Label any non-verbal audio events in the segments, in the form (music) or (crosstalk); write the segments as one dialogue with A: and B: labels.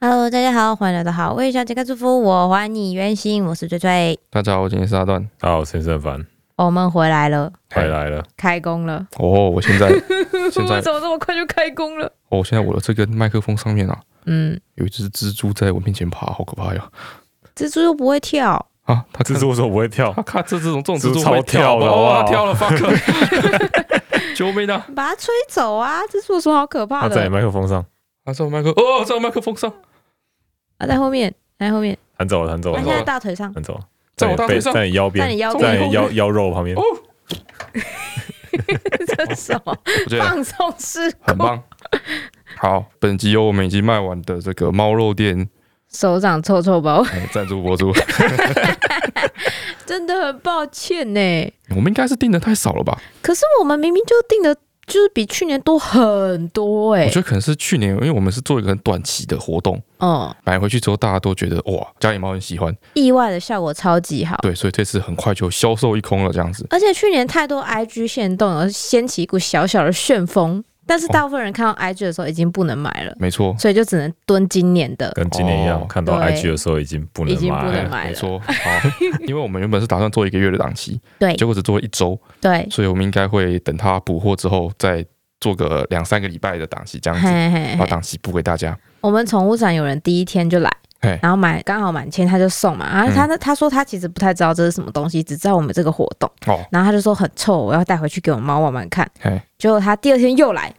A: Hello，大家好，欢迎来到好味小姐开祝福，我还你原形，我是追追，
B: 大家好，我今天是阿段。
C: 啊，我先生烦，
A: 我们回来了，
C: 回
B: (laughs)
C: 来了，
A: 开工了，
B: 哦，我现在 (laughs) 现在
A: 我 (laughs) 怎么这么快就开工了？
B: 哦，现在我的这个麦克风上面啊，
A: 嗯，
B: 有一只蜘蛛在我面前爬，好可怕呀！
A: 蜘蛛又不会跳，
B: 啊，它看
C: 蜘，蛛为什么不会跳
B: 它？看这这种这种
C: 蜘蛛
B: 蜘蛛
C: 超
B: 会
C: 跳的
B: 的，
C: 好不好
B: 哇，跳了，fuck！救 (laughs) 命啊！
A: 把它吹走啊！蜘蛛有什么好可怕
C: 它在
A: 的？
C: 麦克风上
B: 啊，在我麦克，哦，在我麦克风上，
A: 啊，在后面，在后面，
C: 弹走了，弹走
A: 它
C: 了
A: 现，在在大腿上，
C: 弹走了，
B: 在我
C: 你
B: 大
C: 背
B: 腿上，
C: 在你腰
A: 在
C: 边
A: 你，腰
C: 在
A: 边，
C: 你腰腰肉旁边
B: 哦，
A: (laughs) 这是什么
B: 我觉得
A: 放松事
B: 很
A: 故？
B: 棒。好，本集由我们已经卖完的这个猫肉店
A: 手掌臭臭包，
B: 哎赞助播 (laughs) 出。
A: (laughs) 真的很抱歉呢。
B: 我们应该是订的太少了吧？
A: 可是我们明明就定的，就是比去年多很多
B: 我
A: 哎
B: 觉。得可能是去年，因为我们是做一个很短期的活动，
A: 嗯，
B: 买回去之后大家都觉得哇，家里猫很喜欢，
A: 意外的效果超级好。
B: 对，所以这次很快就销售一空了，这样子。
A: 而且去年太多 IG 限动了，掀起一股小小的旋风，但
B: 哦
A: 是大部分人看到 IG 的时候已经不能买了，
B: 没错，
A: 所以就只能蹲今年的，
C: 跟今年一样，
B: 哦
C: 看到
A: 对
C: IG 的时候已经不
A: 已
C: 能
A: 经不
C: 买
A: 能
C: 了，
A: 买
B: 哎没
A: 了。
B: 错。好， (laughs) 因为我们原本是打算做一个月的档期，
A: 对
B: 结果只做了一周，
A: 对，
B: 所以我们应该会等它补货之后再做个两三个礼拜的档期，这样子
A: 嘿嘿
B: 把
A: 嘿，
B: 档期补给大家。
A: 我们宠物展有人第一天就来
B: 嘿。
A: 然后买刚好满千他就送嘛，然后他
B: 嗯
A: 呢、他说他其实不太知道这是什么东西，只知道我们这个活动， (laughs)
B: 哦，
A: 然后他就说很臭，我要带回去给我猫玩玩看。
B: 嘿，
A: 结果他第二天又来，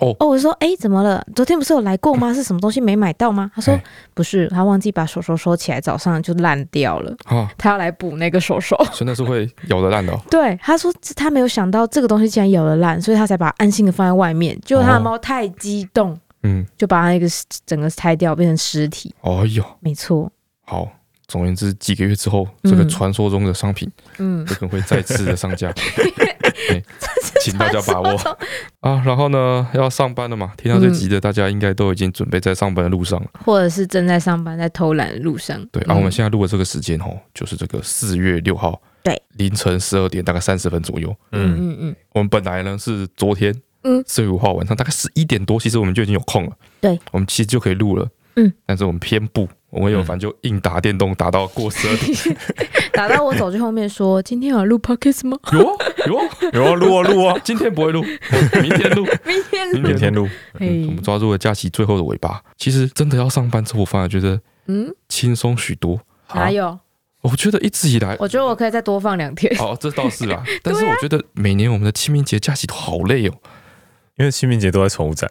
B: 哦，
A: 哦，我说哎怎么了？昨天不是有来过吗？是什么东西没买到吗？他说
B: 嗯嘿
A: 不是，他忘记把手手收起来，早上就烂掉了。
B: 啊，
A: 他要来补那个手手。
B: 真的是会咬得烂的哦。
A: (laughs) 对，他说这他没有想到这个东西竟然咬了烂，所以他才把它安心的放在外面。结果他的
B: 哦
A: 猫太激动，
B: 嗯，
A: 就把它那个整个拆掉，变成尸体。
B: 哎呦，
A: 没错，
B: 好。总而言之，几个月之后，这个
A: 嗯
B: 传说中的商品 (laughs)
A: 嗯，
B: 有可能会再次的上
A: (laughs)
B: 架哎请大家把握啊！然后呢，要上班了嘛？听到这
A: 嗯
B: 集的大家应该都已经准备在上班的路上了。
A: 或者是正在上班在偷懒的路上。
B: 对，
A: 嗯
B: 然、后、我们现在录的这个时间哦，就是这个四月六号，
A: 对，
B: 凌晨十二点大概三十分左右。
C: 嗯，
A: 嗯嗯
B: 我们本来呢是昨天，
A: 嗯
B: 四月五号晚上大概十一点多，其实我们就已经有空了，
A: 对，
B: 我们其实就可以录了，
A: 嗯，
B: 但是我们偏不，我们有
C: 嗯
B: 反正就硬打电动打到过十二点，
A: (laughs) 嗯，打到我走去后面说：“今天有录 podcast 吗？
B: 有哦有哦，
C: 有啊录啊录
B: (laughs)
C: 啊，
B: 今天
A: (laughs)
B: 不会录，明天录，
A: 明天录。
C: 明天录，
B: 嗯我
A: 嘿
B: 们抓住了假期最后的尾巴。其实真的要上班之后，我反而觉得
A: 嗯，
B: 轻松许多。
A: 哪有？
B: 我觉得一直以来，
A: 我啊觉得我可以再多放两天。
B: 哦，这倒是
A: (laughs)
B: 啦，但是我觉得每年我们的清明节假期都好累哦。
C: 因为清明节都在宠物展，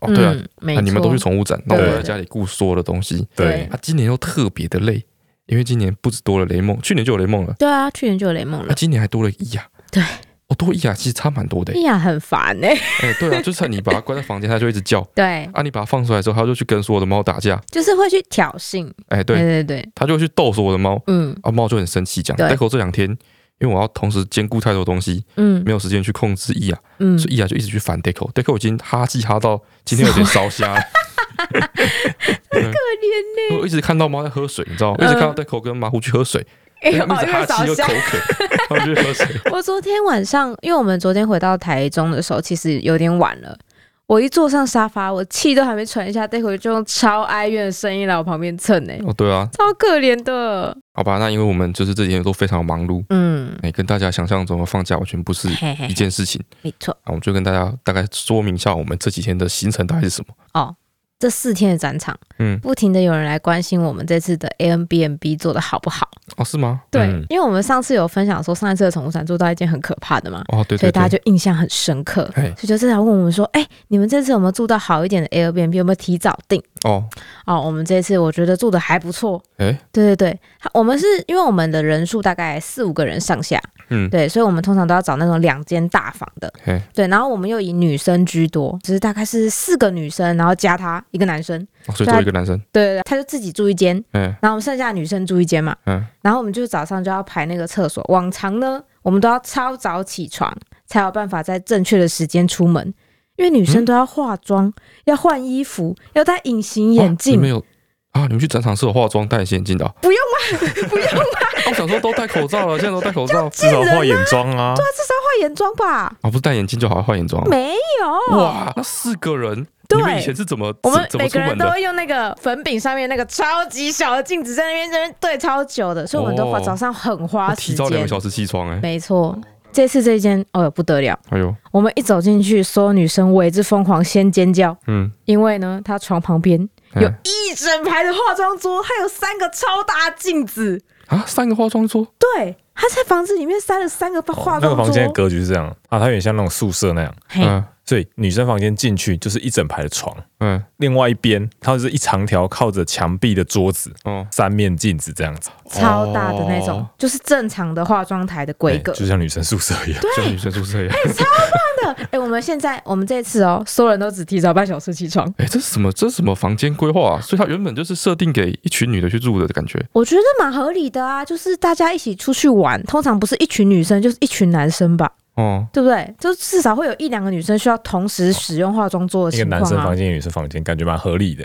B: 哦，对啊，
A: 嗯、没
B: 啊，
A: 错，
B: 你们都去宠物展，那我
C: 对
B: 在家里顾所有的东西。
A: 对
C: 对，
B: 啊，今年又特别的累，因为今年不止多了雷梦，去年就有雷梦了，
A: 对啊，去年就有雷梦
B: 啊，
A: 了。
B: 今年还多了伊雅。
A: 对，
B: 哦，多伊雅其实差蛮多的欸
A: 哎。呀，很烦哎、
B: 哎，对啊，就是你把它关在房间，它就一直叫。
A: 对，
B: 啊，你把它放出来之后，它就去跟所有的猫打架。
A: 就是会去挑衅。
B: 哎，
A: 对对
B: 对，
A: 对，
B: 它就去逗所有的猫，
A: 嗯
B: 啊，猫就很生气。这样，
A: 对
B: 戴口这两天，因为我要同时兼顾太多东西，
A: 嗯
B: 没有时间去控制伊啊雅，
A: 嗯，
B: 所以伊雅就一直去烦 Deco。Deco 已经哈气哈到今天有点烧瞎了。可怜呢！我一直看到猫在喝水，你知道吗？我一直看到 Deco 跟马虎去喝水，
A: 嗯哎
B: 因
A: 呦
B: 为他们一直哈气又口
A: (laughs)
B: 渴，他们就喝水。
A: 我昨天晚上，因为我们昨天回到台中的时候，其实有点晚了。我一坐上沙发，我气都还没喘一下，待会就用超哀怨的声音来我旁边蹭哎、
B: 哦，对啊，
A: 超可怜的。
B: 好吧，那因为我们就是这几天都非常忙碌，
A: 嗯，
B: 哎，跟大家想象中的放假完全不是
A: 嘿嘿
B: 一，件事情
A: 没错。
B: 啊。我就跟大家大概说明一下我们这几天的行程大概是什么。
A: 哦，这四天的展场，
B: 嗯，
A: 不停的有人来关心我们这次的 Airbnb 做的好不好。
B: 哦，是吗？
A: 对，
C: 嗯
A: 因为我们上次有分享说，上一次的宠物展做到一件很可怕的嘛，
B: 哦，对
A: 所
B: 对
A: 以大家
B: 对，
A: 就印象很深刻，所
B: 嘿
A: 以就经常问我们说：“哎、你们这次有没有住到好一点的 Airbnb？有没有提早订
B: 哦，？”
A: 哦，我们这次我觉得住的还不错。
B: 哎，
A: 对对对，他我们是因为我们的人数大概四五个人上下，
B: 嗯，
A: 对，所以我们通常都要找那种两间大房的，
B: 嘿，
A: 对，然后我们又以女生居多，只是大概是四个女生，然后加他一个男生，
B: 哦所以做一个男生，
A: 对对对，他就自己住一间，
B: 哎，
A: 然后我们剩下的女生住一间嘛，
B: 嗯，
A: 然后我们就早上就要排那个厕所，往常呢我们都要超早起床，才有办法在正确的时间出门，因为女生都要化妆，要换衣服，要戴隐形眼
B: 哦你
A: 镜，
B: 们有啊？你们去展场是有化妆、戴隐形眼镜的啊？
A: (laughs) 不用
B: (laughs) 我想说都戴口罩了，现在都戴口罩
C: 至少画眼妆啊，
A: 化眼妆吧？
B: 啊，不是戴眼镜就好，换眼妆。啊
A: 没有，
B: 哇，那四个人，
A: 对
B: 你们以前是怎么
A: 我们
B: 怎怎
A: 每
B: 么出
A: 个人
B: 门
A: 都
B: 的？
A: 会用那个粉饼上面那个超级小的镜子，在那边在那边对超久的，所以我们都花
B: 哦
A: 早上很花
B: 我
A: 时
B: 提早两
A: 间
B: 个。小时起床哎、
A: 没错，这次这间哦不得了，
B: 哎呦，
A: 我们一走进去，所有女生为之疯狂，先尖叫，
B: 嗯，
A: 因为呢，她床旁边
B: 哎
A: 有一整排的化妆桌，还有三个超大镜子。
B: 啊，三个化妆桌，
A: 对，她在房子里面塞了三个
B: 哦
A: 化妆桌，
C: 哦那个房间的格局是这样啊，它有点像那种宿舍那样，
A: 嘿，
B: 嗯
C: 所以女生房间进去就是一整排的床，
B: 嗯，
C: 另外一边它就是一长条靠着墙壁的桌子，
B: 哦，
C: 三面镜子这样子，
A: 超大的那种，
B: 哦
A: 就是正常的化妆台的规
C: 哎
A: 格。
C: 就像女生宿舍一样。
B: 像女生宿舍一样。
A: 真的，哎、我们现在我们这次哦，所有人都只提早半小时起床。
B: 哎、这是什么？这是什么房间规划啊？所以它原本就是设定给一群女的去住的感觉。
A: 我觉得蛮合理的啊，就是大家一起出去玩，通常不是一群女生就是一群男生吧，
B: 哦，
A: 对不对？就至少会有一两个女生需要同时使用化妆桌的
C: 那个
A: 情况
C: 男生
A: 啊
C: 房。间、女生房间，感觉蛮合理的。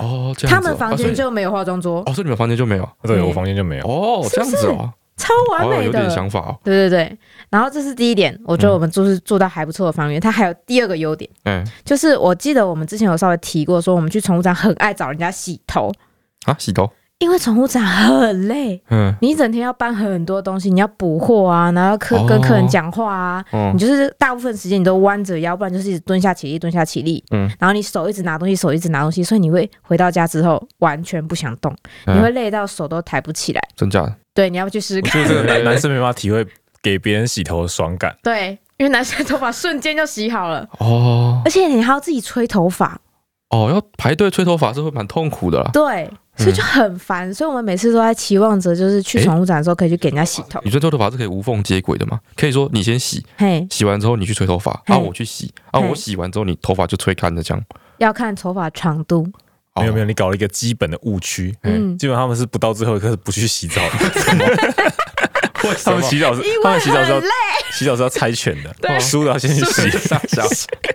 B: 哦，这样子哦、
A: 他们房
B: 啊所
A: 间
B: 以
A: 就没有化妆桌，
B: 哦，所以你们房间就没有
C: 对，
A: 嗯
C: 我房间就没有。
B: 哦，这样子哦，
A: 超完
B: 哦，
A: 美
B: 有
A: 的。
B: 点想法哦。
A: 对对对，然后这是第一点，我觉得我们就是住到还不错的房源。它还有第二个优点，
B: 哎、
A: 就是我记得我们之前有稍微提过，说我们去宠物展很爱找人家洗头，
B: 啊，洗头，
A: 因为宠物展很累，
B: 嗯，
A: 你一整天要搬很多东西，你要补货啊，然后要客
B: 哦
A: 跟客人讲话啊，
B: 哦
A: 你，就是大部分时间你都弯着腰，不然就是一直蹲下起立，蹲下起立，
B: 嗯
A: 然后你手一直拿东西，手一直拿东西，所以你会回到家之后完全不想动，你会
B: 哎
A: 累到手都抬不起来。
B: 真假的？
A: 对，你要不去试试
C: (laughs) 我
A: 看？
C: 觉得这个男男生没办法体会给别人洗头的爽感。
A: 对，因为男生头发瞬间就洗好了，
B: 哦
A: 而且你还要自己吹头发，
B: 哦，要排队吹头发是会蛮痛苦的啦。
A: 对，所以就很烦。所以我们每次都在期望着，就是去
B: 诶哦
A: 宠物展的时候可以去给人家洗头。
B: 女生吹头发是可以无缝接轨的嘛？可以说你先洗，
A: 嘿，
B: 洗完之后你去吹头发，
A: 嘿
B: 啊，我去洗，啊，
A: 嘿
B: 我洗完之后你头发就吹干了这样。
A: 要看头发长度。
B: 哦
C: 没有没有，你搞了一个基本的误区。
B: 嗯
A: 嗯，
C: 基本上他们是不到最后一刻是不去洗澡的，
B: (laughs) 为，
C: 他们洗
A: (laughs)
C: 澡是他们洗澡是要
A: 很累
C: 洗澡是要猜拳的，
A: 对
C: 输了要先去洗
B: 傻
A: 啊
B: 笑？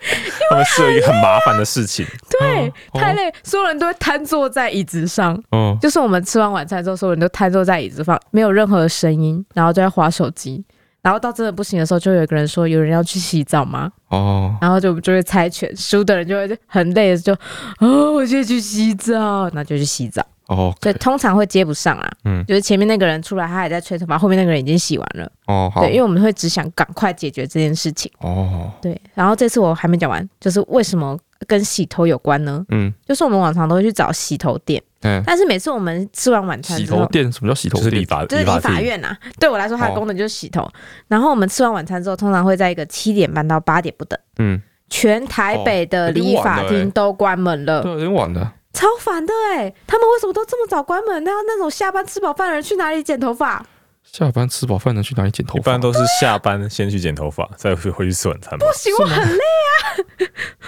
C: (laughs) 他们是有一个很麻烦的事情，
A: 对，
B: 哦
A: 太累，所有人都会瘫坐在椅子上。
B: (laughs) 嗯，
A: 就是我们吃完晚餐之后，所有人都瘫坐在椅子上，没有任何的声音，然后就在划手机。然后到真的不行的时候，就有一个人说：“有人要去洗澡吗？”
B: 哦，
A: 然后就就会猜拳，输的人就会很累的就，哦，我现在去洗澡，那就去洗澡。
B: 哦，
A: 所以通常会接不上啦，
B: 嗯
A: 就是前面那个人出来，他还在吹头发，后面那个人已经洗完了，
B: 哦，好
A: 对，，因为我们会只想赶快解决这件事情，
B: 哦，
A: 对。然后这次我还没讲完，就是为什么跟洗头有关呢？
B: 嗯，
A: 就是我们往常都会去找洗头店，
B: 哎，
A: 但是每次我们吃完晚餐
B: 洗
A: 之
B: 头
A: 后，
B: 店什么叫洗头
C: 就是理
B: 店？
C: 发
A: 就是理
C: 发
A: 法
C: 厅，
A: 院啊，对我来说它的
B: 哦
A: 功能就是洗头。然后我们吃完晚餐之后，通常会在一个七点半到八点不等，
B: 嗯，
A: 全台北
B: 哦
A: 的
B: 有点
A: 理发
B: 晚了
A: 厅
B: 欸
A: 都关门了，
B: 对，有点晚了。
A: 超烦的哎、他们为什么都这么早关门？那那种下班吃饱饭的人去哪里剪头发？
B: 下班吃饱饭能去哪里剪头
C: 一
B: 发
C: 般？都是下班先去剪头发，再回回去吃晚餐吧
A: 不。行，我很累啊，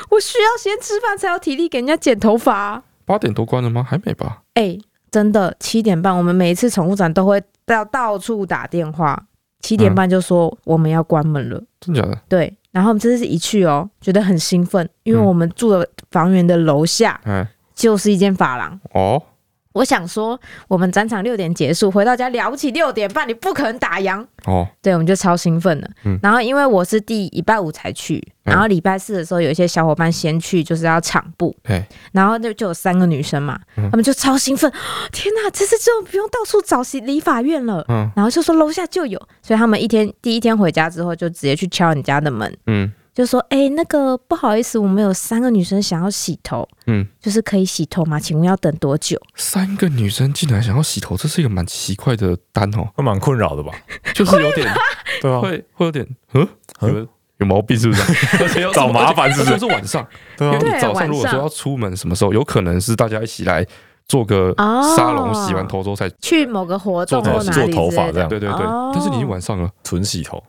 A: 我需要先吃饭才有体力给人家剪头发、啊。
B: 八点多关了吗？还没吧？
A: 哎、真的，七点半我们每一次宠物展都会到到处打电话，七点半就说我们要关门了。
B: 真假的？
A: 对，然后我们这次一去哦，觉得很兴奋，因为
B: 嗯
A: 我们住的房源的楼下
B: 哎，
A: 就是一间发廊。
B: 哦，
A: 我想说，我们展场六点结束，回到家了不起六点半，你不可能打烊。
B: 哦，
A: 对，我们就超兴奋的。
B: 嗯
A: 然后因为我是第礼拜五才去，
B: 嗯
A: 然后礼拜四的时候有一些小伙伴先去，就是要场部，
B: 哎，
A: 然后就就有三个女生嘛，她
B: 嗯
A: 们就超兴奋，哦天哪，这次就不用到处找洗理法院了。
B: 嗯
A: 然后就说楼下就有，所以他们一天第一天回家之后就直接去敲人家的门，
B: 嗯
A: 就说：“哎、那个不好意思，我们有三个女生想要洗头，
B: 嗯，
A: 就是可以洗头吗？请问要等多久？”
B: 三个女生进来想要洗头，这是一个蛮奇怪的单哦， (laughs)
C: 会蛮困扰的吧？
B: 就是有点
C: 对啊，
B: 会会有点，嗯，
C: 嗯
B: 有有毛病是不 (laughs) 是？而且要
C: 找麻烦是不是
B: (laughs) 就是晚上，
C: 对
B: 因
C: 啊
B: 为，
A: 对
B: 你早上如果说要出门，什么时候有可能是大家一起来做个
A: 哦
B: 沙龙，洗完头之后才，
A: 去某个活动
B: 做头
A: 或
C: 做
A: 哪
C: 做
A: 里
C: 头
A: 之类
C: 发这
A: 的
C: 样，
B: 对对对
A: 哦。
B: 但是你已经晚上了，
C: 纯洗头，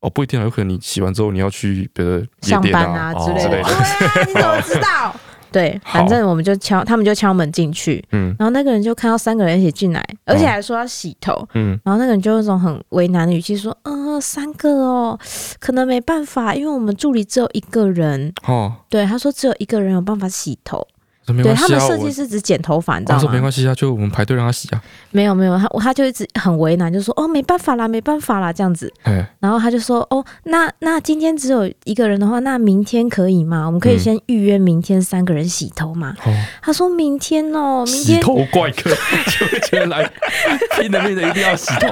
B: 哦，不一定啊，有可能你洗完之后你要去别的夜
A: 上
B: 店
A: 班
B: 啊，
A: 啊
C: 哦
A: 之类的。
B: 之类的
A: 对啊，你怎么知道？ (laughs) 对，反正我们就敲，他们就敲门进去，
B: 嗯
A: 然后那个人就看到三个人一起进来，而且还说要洗头，
B: 嗯，
A: 然后那个人就用一种很为难的语气说：“嗯、三个哦，可能没办法，因为我们助理只有一个人。
B: 哦，
A: 对，他说只有一个人有办法洗头。”
B: 我说没
A: 对
B: 关
A: 他
B: 系
A: 们
B: 啊，
A: 设
B: 我
A: 计师只剪头发，你知
B: 我
A: 道
B: 说没
A: 吗？
B: 关系啊，就我们排队让他洗啊。
A: 没有没有，他他就一直很为难，就说哦没办法啦，没办法啦这样子。
B: 哎，
A: 然后他就说哦，那那今天只有一个人的话，那明天可以吗？我们可以
B: 嗯
A: 先预约明天三个人洗头嘛。
B: 哦，
A: 他说明天哦，明
B: (laughs) 洗
A: 天
B: 头怪客就会觉得
A: (laughs)
B: 来拼了命的一定要洗头，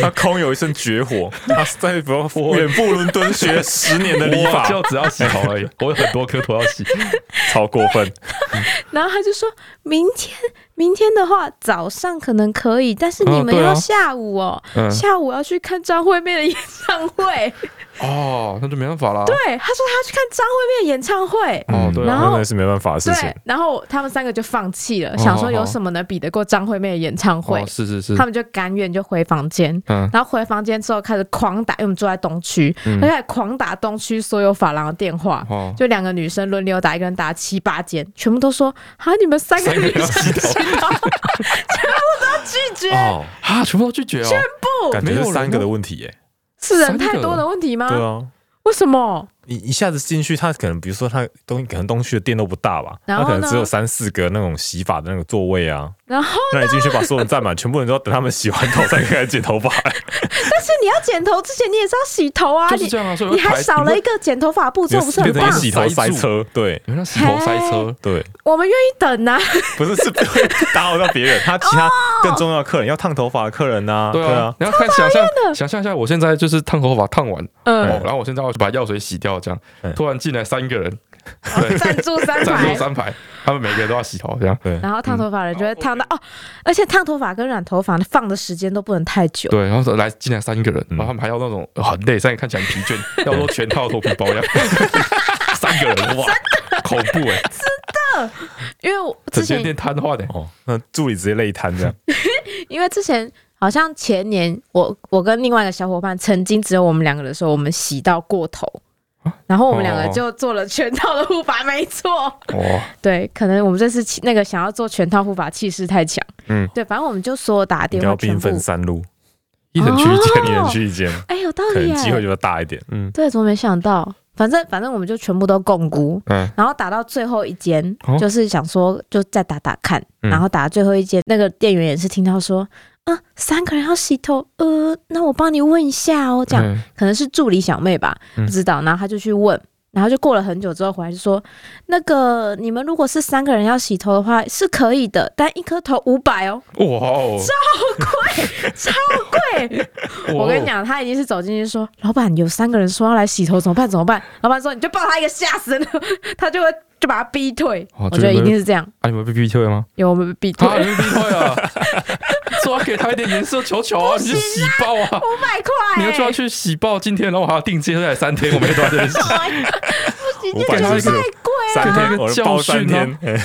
C: 他空有一身绝活，他在不远赴伦敦学十年的理
B: 我
C: 发，
B: 就只要洗头 (laughs) 而已，我有很多颗头要洗。
C: 超过分。
A: 然后他就说明天，明天的话早上可能可以，但是你
B: 哦
A: 们
B: 对啊
A: 要下午哦，
B: 嗯，
A: 下午要去看张
B: (laughs)
A: 惠妹的演唱会。
B: 哦，那就没办法啦。
A: 对，他说他要去看张惠妹的演唱会。
B: 哦
C: 嗯，
B: 对
A: 然
B: 啊，
A: 后
C: 那真的是没办法的事情
A: 对。，然后他们三个就放弃了，
B: 哦
A: 想说有
B: 哦
A: 什么能比得过张惠妹的演唱会
B: 哦，？是是是
A: 他，们就甘愿就回房间。
B: 嗯，
A: 然后回房间之后开始狂打，因为我们住在东区，
B: 嗯
A: 他就开始狂打东区所有发廊的电话，
B: 哦，
A: 就两个女生轮流打，一个人打七八间，全部都说啊，你们三个
B: 三个
A: 女
B: 人要
A: (laughs) 生
B: 洗头，
A: 拒绝，
C: 哦，
B: 啊，全部都拒绝哦。
C: 感
B: 没
C: 觉
B: 有
C: 是
B: 人
C: 三个
B: 吗
C: 的问题耶。
A: 是人
B: 三个
A: 太多的问题吗？
C: 对啊，
A: 为什么？
C: 一一下子进去，他可能比如说他东可能东区的店都不大吧，
A: 然
C: 他
A: 后
C: 可能
A: 呢哦
C: 只有三四个那种洗发的那个座位啊，
A: 然后，
C: 那你进去把所有人占满，全部人都要等他们洗完头才开始剪头发。
A: 但是你要剪头之前，你也是要洗头啊，
B: 就是这样啊，所以
A: 你你还少了一个剪头发步骤，不是很
C: 变成一
A: 棒
C: 个？洗头塞
B: 塞
C: 车，对
B: 你们让洗头塞车，
C: 对，
A: 我们愿意等啊，
C: 不是是不会打扰到别人，他其他更重要的客人要烫头发的客人呐，
B: 对
C: 啊
B: 啊，，然后看想象
A: 的
B: 想象一下，我现在就是烫头发烫完，
A: 嗯，
B: 哦，然后我现在要把药水洗掉，这样
C: 嗯
B: 突然进来三个人，对，
A: 赞助哦三
B: 站
A: 排
B: 住。三排，他们每个人都要洗头，这样
C: 对，
A: 然后烫头发的人就会烫到、哦，而且烫头发跟染头发放的时间都不能太久，
B: 对，然后来进来三个人，
C: 嗯
B: 然后他们还要那种呃很累，三个人看起来很疲倦， (laughs) 要说全套头皮包一样， (laughs) 三个人哇， (laughs) 恐怖哎，
A: 因为我之
B: 整
A: 前
B: 间店瘫痪哎，
C: 哦，那助理直接累瘫这样，
A: 因为之前好像前年我我跟另外一个小伙伴曾经只有我们两个的时候，我们洗到过头，
C: 啊
A: 然后我们两个
B: 哦
A: 就做了全套的护发，没
C: 哦
A: 错。
B: 哇，
A: 对，可能我们这次气那个想要做全套护发气势太强，
C: 嗯，
A: 对，反正我们就所有打 (laughs)
C: 你
A: 电话
C: 要
A: 全
C: 兵
A: 部，
C: 分三路，
B: 一人去一间，
A: 哦
C: 一人去一间，
A: 哎、有道
C: 可
A: 理
C: 能机会
A: 耶，
C: 就会大一点。
B: 嗯
A: 对，怎么没想到？反正反正我们就全部都共估，
B: 嗯，
A: 然后打到最后一间，
B: 哦
A: 就是想说就再打打看，
B: 嗯
A: 然后打到最后一间，那个店员也是听到说，啊、三个人要洗头，呃，那我帮你问一下哦，这样、
B: 嗯
A: 可能是助理小妹吧，
B: 嗯
A: 不知道。然后她就去问，然后就过了很久之后回来就说，那个你们如果是三个人要洗头的话是可以的，但一颗头五百哦。
B: 哇哦，
A: 对，我跟你讲，他已经是走进去说，老板有三个人说要来洗头，怎么办？怎么办？老板说你就抱他一个吓死人了， (laughs) 他就会就把他逼退。
B: 哦
A: 我觉得
B: 这个
A: 一定是这样，
B: 啊，你们被逼退了吗？
A: 因为我们被逼退
B: 啊，你们逼退啊，说给他一点颜色球球啊，你就洗爆啊。
A: 五百块、。
B: 你要就要去洗爆今天，然后我还要定接下来三天，我们都在这里洗
A: 哎
C: (laughs)
A: 不行，
C: 五
A: 这
C: 百
A: 个
C: 就是
A: 太贵
C: 三
A: 了，
C: 天，我就包三
A: 哦
C: 天，哎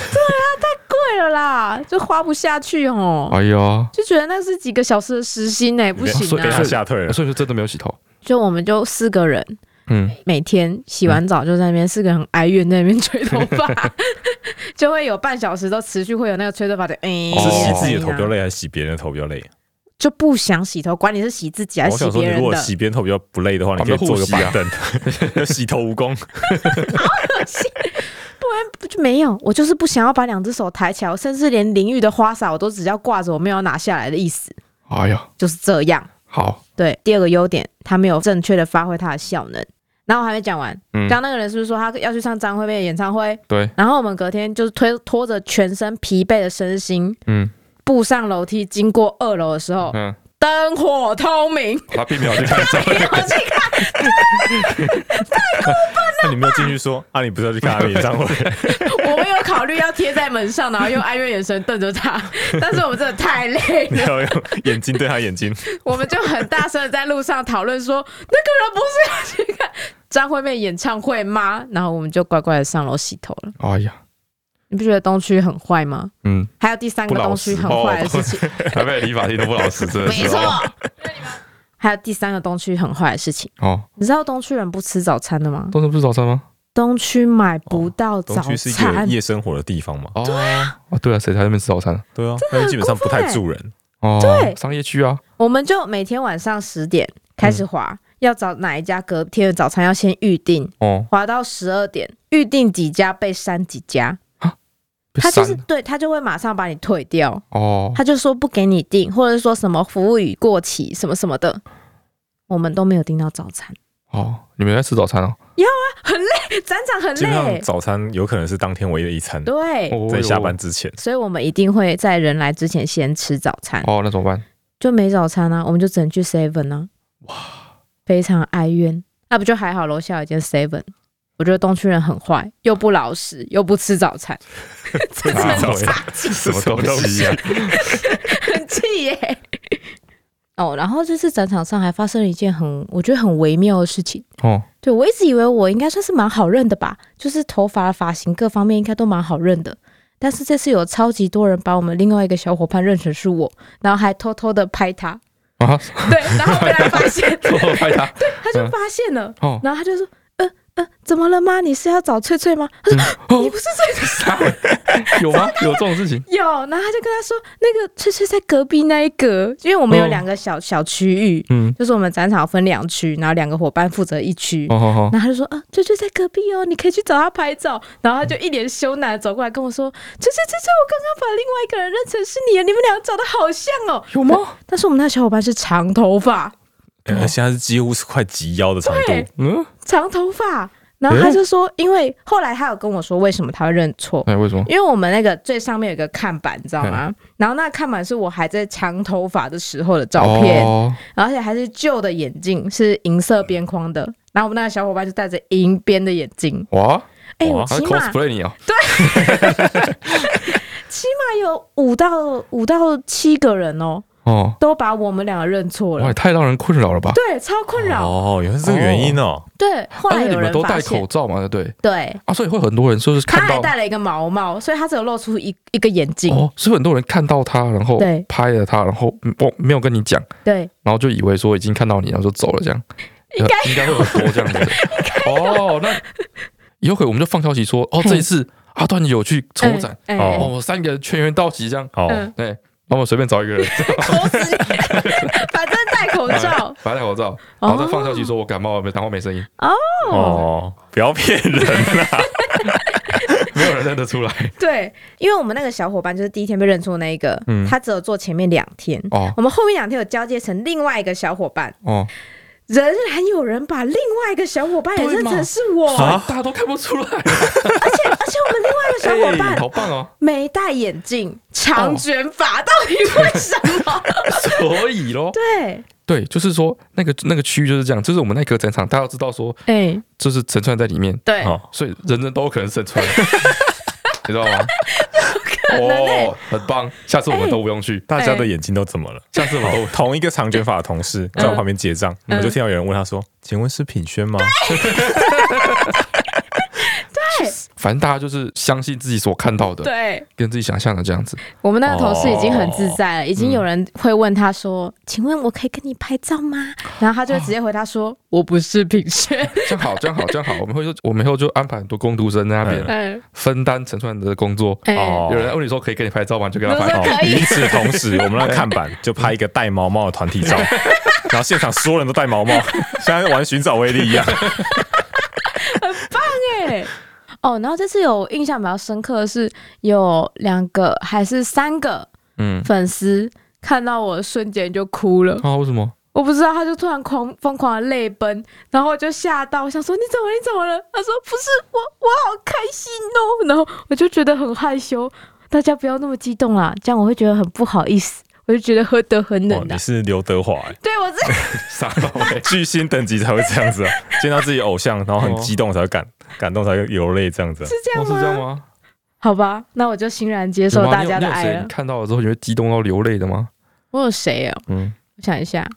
A: 贵了啦，就花不下去哦。
B: 哎呀，
A: 就觉得那是几个小时的时薪呢、不行
B: 所以
C: 给他
A: 啊！
C: 吓退了。
B: 所以就真的没有洗头。
A: (laughs) 就我们就四个人，
B: 嗯，
A: 每天洗完澡就在那边，四个人很哀怨在那边吹头发， (laughs) 就会有半小时都持续会有那个吹头发的，哎、
B: 哦
C: 是洗
A: 声
C: 自己的
A: 音
C: 头
A: 啊
C: 比较累，还是洗别人的头比较累？
A: 就不想洗头，管你是洗自己还
C: 我
A: 是洗
C: 想说，
A: 别
C: 你如
A: 人
C: 果
A: 的，
C: 洗别人头比较不累的话，你可以坐个板凳， (laughs) 洗头蜈蚣。
A: 就没有，我就是不想要把两只手抬起来，我甚至连淋浴的花洒我都只要挂着，我没有要拿下来的意思，
B: 哎呀，
A: 就是这样。
B: 好，
A: 对，第二个优点，他没有正确的发挥他的效能。然后我还没讲完，
B: 嗯
A: 刚，刚那个人是不是说他要去上张惠妹的演唱会？
B: 对，
A: 然后我们隔天就是推拖着全身疲惫的身心，
B: 嗯
A: 步上楼梯，经过二楼的时候，
B: 嗯，
A: 灯火通
B: (laughs)
A: 明， (laughs)
B: 他并没有去看照，
A: 我去看
C: 那你没有进去说 (laughs) 啊？你不是要去看他的演唱会？
A: 我们有考虑要贴在门上，然后用哀怨眼神瞪着他， (laughs) 但是我们真的太累
C: (laughs) 你
A: 了，
C: 要用眼睛对他
A: (laughs)
C: 眼睛，
A: 我们就很大声的在路上讨论说，那个人不是要去看张惠妹演唱会吗？然后我们就乖乖的上楼洗头了。
B: 哎呀，
A: 你不觉得东区很坏吗？
B: 嗯，
A: 还有第三个
B: 不老
A: 东区
B: 实
A: 很
B: 哦
A: 坏的事情，
B: 台北理发厅都不老实，真哦的是。
A: 没错。还有第三个东区很坏的事情，
B: 哦，
A: 你知道东区人不吃早餐的吗？
B: 东城不是早餐吗？
A: 东区买不到
C: 哦东
A: 早
C: 区是一个
A: 餐，
C: 夜生活的地方嘛？
B: 哦，哦对啊，谁才在那边吃早餐啊？
C: 对啊，但是基本上不太住人。
B: 哦，
A: 对
B: 商业区啊，
A: 我们就每天晚上十点开始划，要找哪一家隔天的早餐要先预定，
B: 哦，
A: 划到十二点，预定几家被删几家，
B: 被
A: 他就是
B: 删了
A: 对他就会马上把你退掉，
B: 哦，
A: 他就说不给你订，或者说什么服务已过期什么什么的，我们都没有订到早餐， (laughs)
B: 哦，你们在吃早餐哦？
A: 展长很
C: 基本上
A: 欸累，
C: 早餐有可能是当天唯一的一餐，
A: 对，
B: 哦
C: 在下班之前。
A: 所以我们一定会在人来之前先吃早餐，
B: 哦，那怎么 (laughs) 办？
A: 就没早餐啊，我们就只能去 Seven 啊，哇，非常哀怨，啊那不就还好，楼下有一间 Seven。我觉得东区人很坏，又不老实，又不吃早餐，真的
B: 啊
A: 很
B: 喂
A: 差劲。
C: 什
B: 么东西啊？
A: 很气耶。哦，然后这次展场上还发生了一件很我觉得很微妙的事情。
B: 哦，
A: 对我一直以为我应该算是蛮好认的吧，就是头发、发型各方面应该都蛮好认的。但是这次有超级多人把我们另外一个小伙伴认成是我，然后还偷偷的拍他。
B: 啊，
A: 对，然后被他发
B: (laughs)
A: 现，
B: 我拍他，
A: 他就发现了，
B: 哦，
A: 然后他就说：“呃呃，怎么了吗？你是要找翠翠吗？”他说：“
B: 哦
A: 你不是翠翠。”
B: (laughs) 有吗？有这种事情？
A: 有，然后他就跟他说，那个翠翠在隔壁那一格，因为我们有
B: 嗯
A: 两个小、小区域，
B: 嗯，
A: 就是我们展场分两区，然后两个伙伴负责一区。
B: 哦好好，
A: 然后他就说啊，翠翠在隔壁哦，你可以去找她拍照。然后他就一脸羞赧地走过来跟我说：“翠翠，翠翠，我刚刚把另外一个人认成是你了，你们俩长得好像哦。
B: 有吗？”
A: 但是我们那小伙伴是长头发，
C: 呃现在是几乎是快及腰的长
A: 哦对
C: 度，
B: 嗯，
A: 长头发。然后他就说，因为后来他有跟我说为什么他会认错，
B: 哎，为什么？
A: 因为我们那个最上面有一个看板，你知道
B: 嗯
A: 吗？然后那看板是我还在长头发的时候的照片，
B: 哦，
A: 而且还是旧的眼镜，是银色边框的。然后我们那个小伙伴就戴着银边的眼镜，
B: 哇，
A: 哎、
C: 哇
A: 我
B: 他
A: 起码
B: cosplay 你哦，
A: 那有五到五到七个人哦，
B: 哦，
A: 都把我们两个认错
B: 哇，
A: 了
B: 也，太让人困扰了吧？
A: 对，超困扰。
C: 哦，原来是这个原因哦。
A: 对，后
B: 而
A: 来
B: 且你
A: 有
B: 们
A: 人
B: 都
A: 发
B: 戴
A: 现
B: 口，罩嘛，对不对？
A: 对，
B: 啊，所以会很多人就是
A: 他
B: 看
A: 还
B: 到
A: 戴了一个毛毛，所以他只有露出一一个眼镜。
B: 哦，是不是很多人看到他，然后
A: 对
B: 拍了他，然后我没有跟你讲，
A: 对，
B: 然后就以为说已经看到你，然后就走了这样，呃
A: 应该
B: 应该会有很多这样子。哦，那以后可以我们就放消息说，哦，
A: 嘿
B: 这一次阿段有去抽展，
A: 哎、
B: 哦，我
A: 哦，
B: 们三个全员到齐这样，
C: 哦，
B: (laughs)
A: 嗯
B: 对，那我们随便找一个人，
A: 口子， (laughs) 反正戴口
B: (laughs)
A: 罩。哦
B: 把他戴口罩，然后再放消息说我感冒了，然后没声音，
C: 哦，不要骗人啦！
B: 没有人认得出来。
A: 对，因为我们那个小伙伴就是第一天被认出的那一个，
B: 嗯
A: 他只有做前面两天，
B: 哦
A: 我们后面两天有交接成另外一个小伙伴，
B: 哦，
A: 仍然有人把另外一个小伙伴也
B: 对
A: 认
B: 嘛
A: 成是
B: (laughs)
A: 我，
B: 所以
A: 而
B: 大家都看不出来，
A: 且而且我们另外一个小伙
B: 哎
A: 伴
B: 好棒哦。
A: 没戴眼镜，长卷发，到底为什么？
B: 所以咯，
A: (laughs) 对，
B: 对，就是说那个那个区域就是这样，就是我们那个展场，大家要知道说，
A: 哎、
B: 就是陈川在里面，
A: 对，
C: 哦
B: 所以人人都有可能生出来， (laughs) 你知道吗？有可
A: 能欸哎
B: 哦，很棒！下次我们都不用去，
C: 大家的眼睛都怎么了？
B: 下次我们
C: 哦，同一个长卷发的同事在我旁边结账，
A: 嗯
C: 我就听到有人问他说：“请问是品轩吗
B: 反正大家就是相信自己所看到的，
A: 对，
B: 跟自己想象的这样
A: (laughs)
B: 子。
A: 我们那个同事已经很自在了，已经有人会问他说：“请问我可以跟你拍照吗？”然后他就会直接回答说：“我不是品轩。
B: 这样好，这样好，这样好，我们会说，我们以后就安排很多工读生在那边
A: (laughs) 嗯，
B: 分担陈川的工作。
A: 哎、
C: 哦
B: 有人问你说可以跟你拍照吗？你就给他
A: 我？”
B: 拍
A: 说。
C: 哦，
A: 可以
C: 与此同时，我们那
A: (laughs)
C: 看板就拍一个戴毛毛的团体照，然后现场所有人都戴毛
A: (laughs)
C: 毛，像在玩寻找威力一样。
A: 对。哦，然后这次有印象比较深刻的是，有两个还是三个
B: 嗯，
A: 粉丝看到我瞬间就哭了，
B: 啊，为
A: (laughs)
B: 什么？
A: 我不知道，他就突然狂疯狂的泪奔，然后我就吓到，我想说你怎么了你怎么了？他说不是我，我好开心哦，然后我就觉得很害羞，大家不要那么激动啦，这样我会觉得很不好意思，我就觉得何德何
C: 哦
A: 能，
C: 你
A: 啊。
C: 是刘德华欸，
A: 对我这
B: 傻了喂！
C: 巨星等级才会这样子啊！见到自己偶像，然后很激动才会感感动，才会流泪这样子啊。
A: 哦是这
B: 哦
A: 样
B: 是这样
A: 吗？
B: 吗？
A: 好吧，那我就欣然接
B: 有
A: 受
B: 吗
A: 大
B: 你有
A: 家的
B: 你有
A: 爱啊
B: 谁
A: 了
B: 你。看到了之后，你会激动到流泪的吗？
A: 我有谁
C: 啊
A: 哦？
B: 嗯，
A: 我想一下，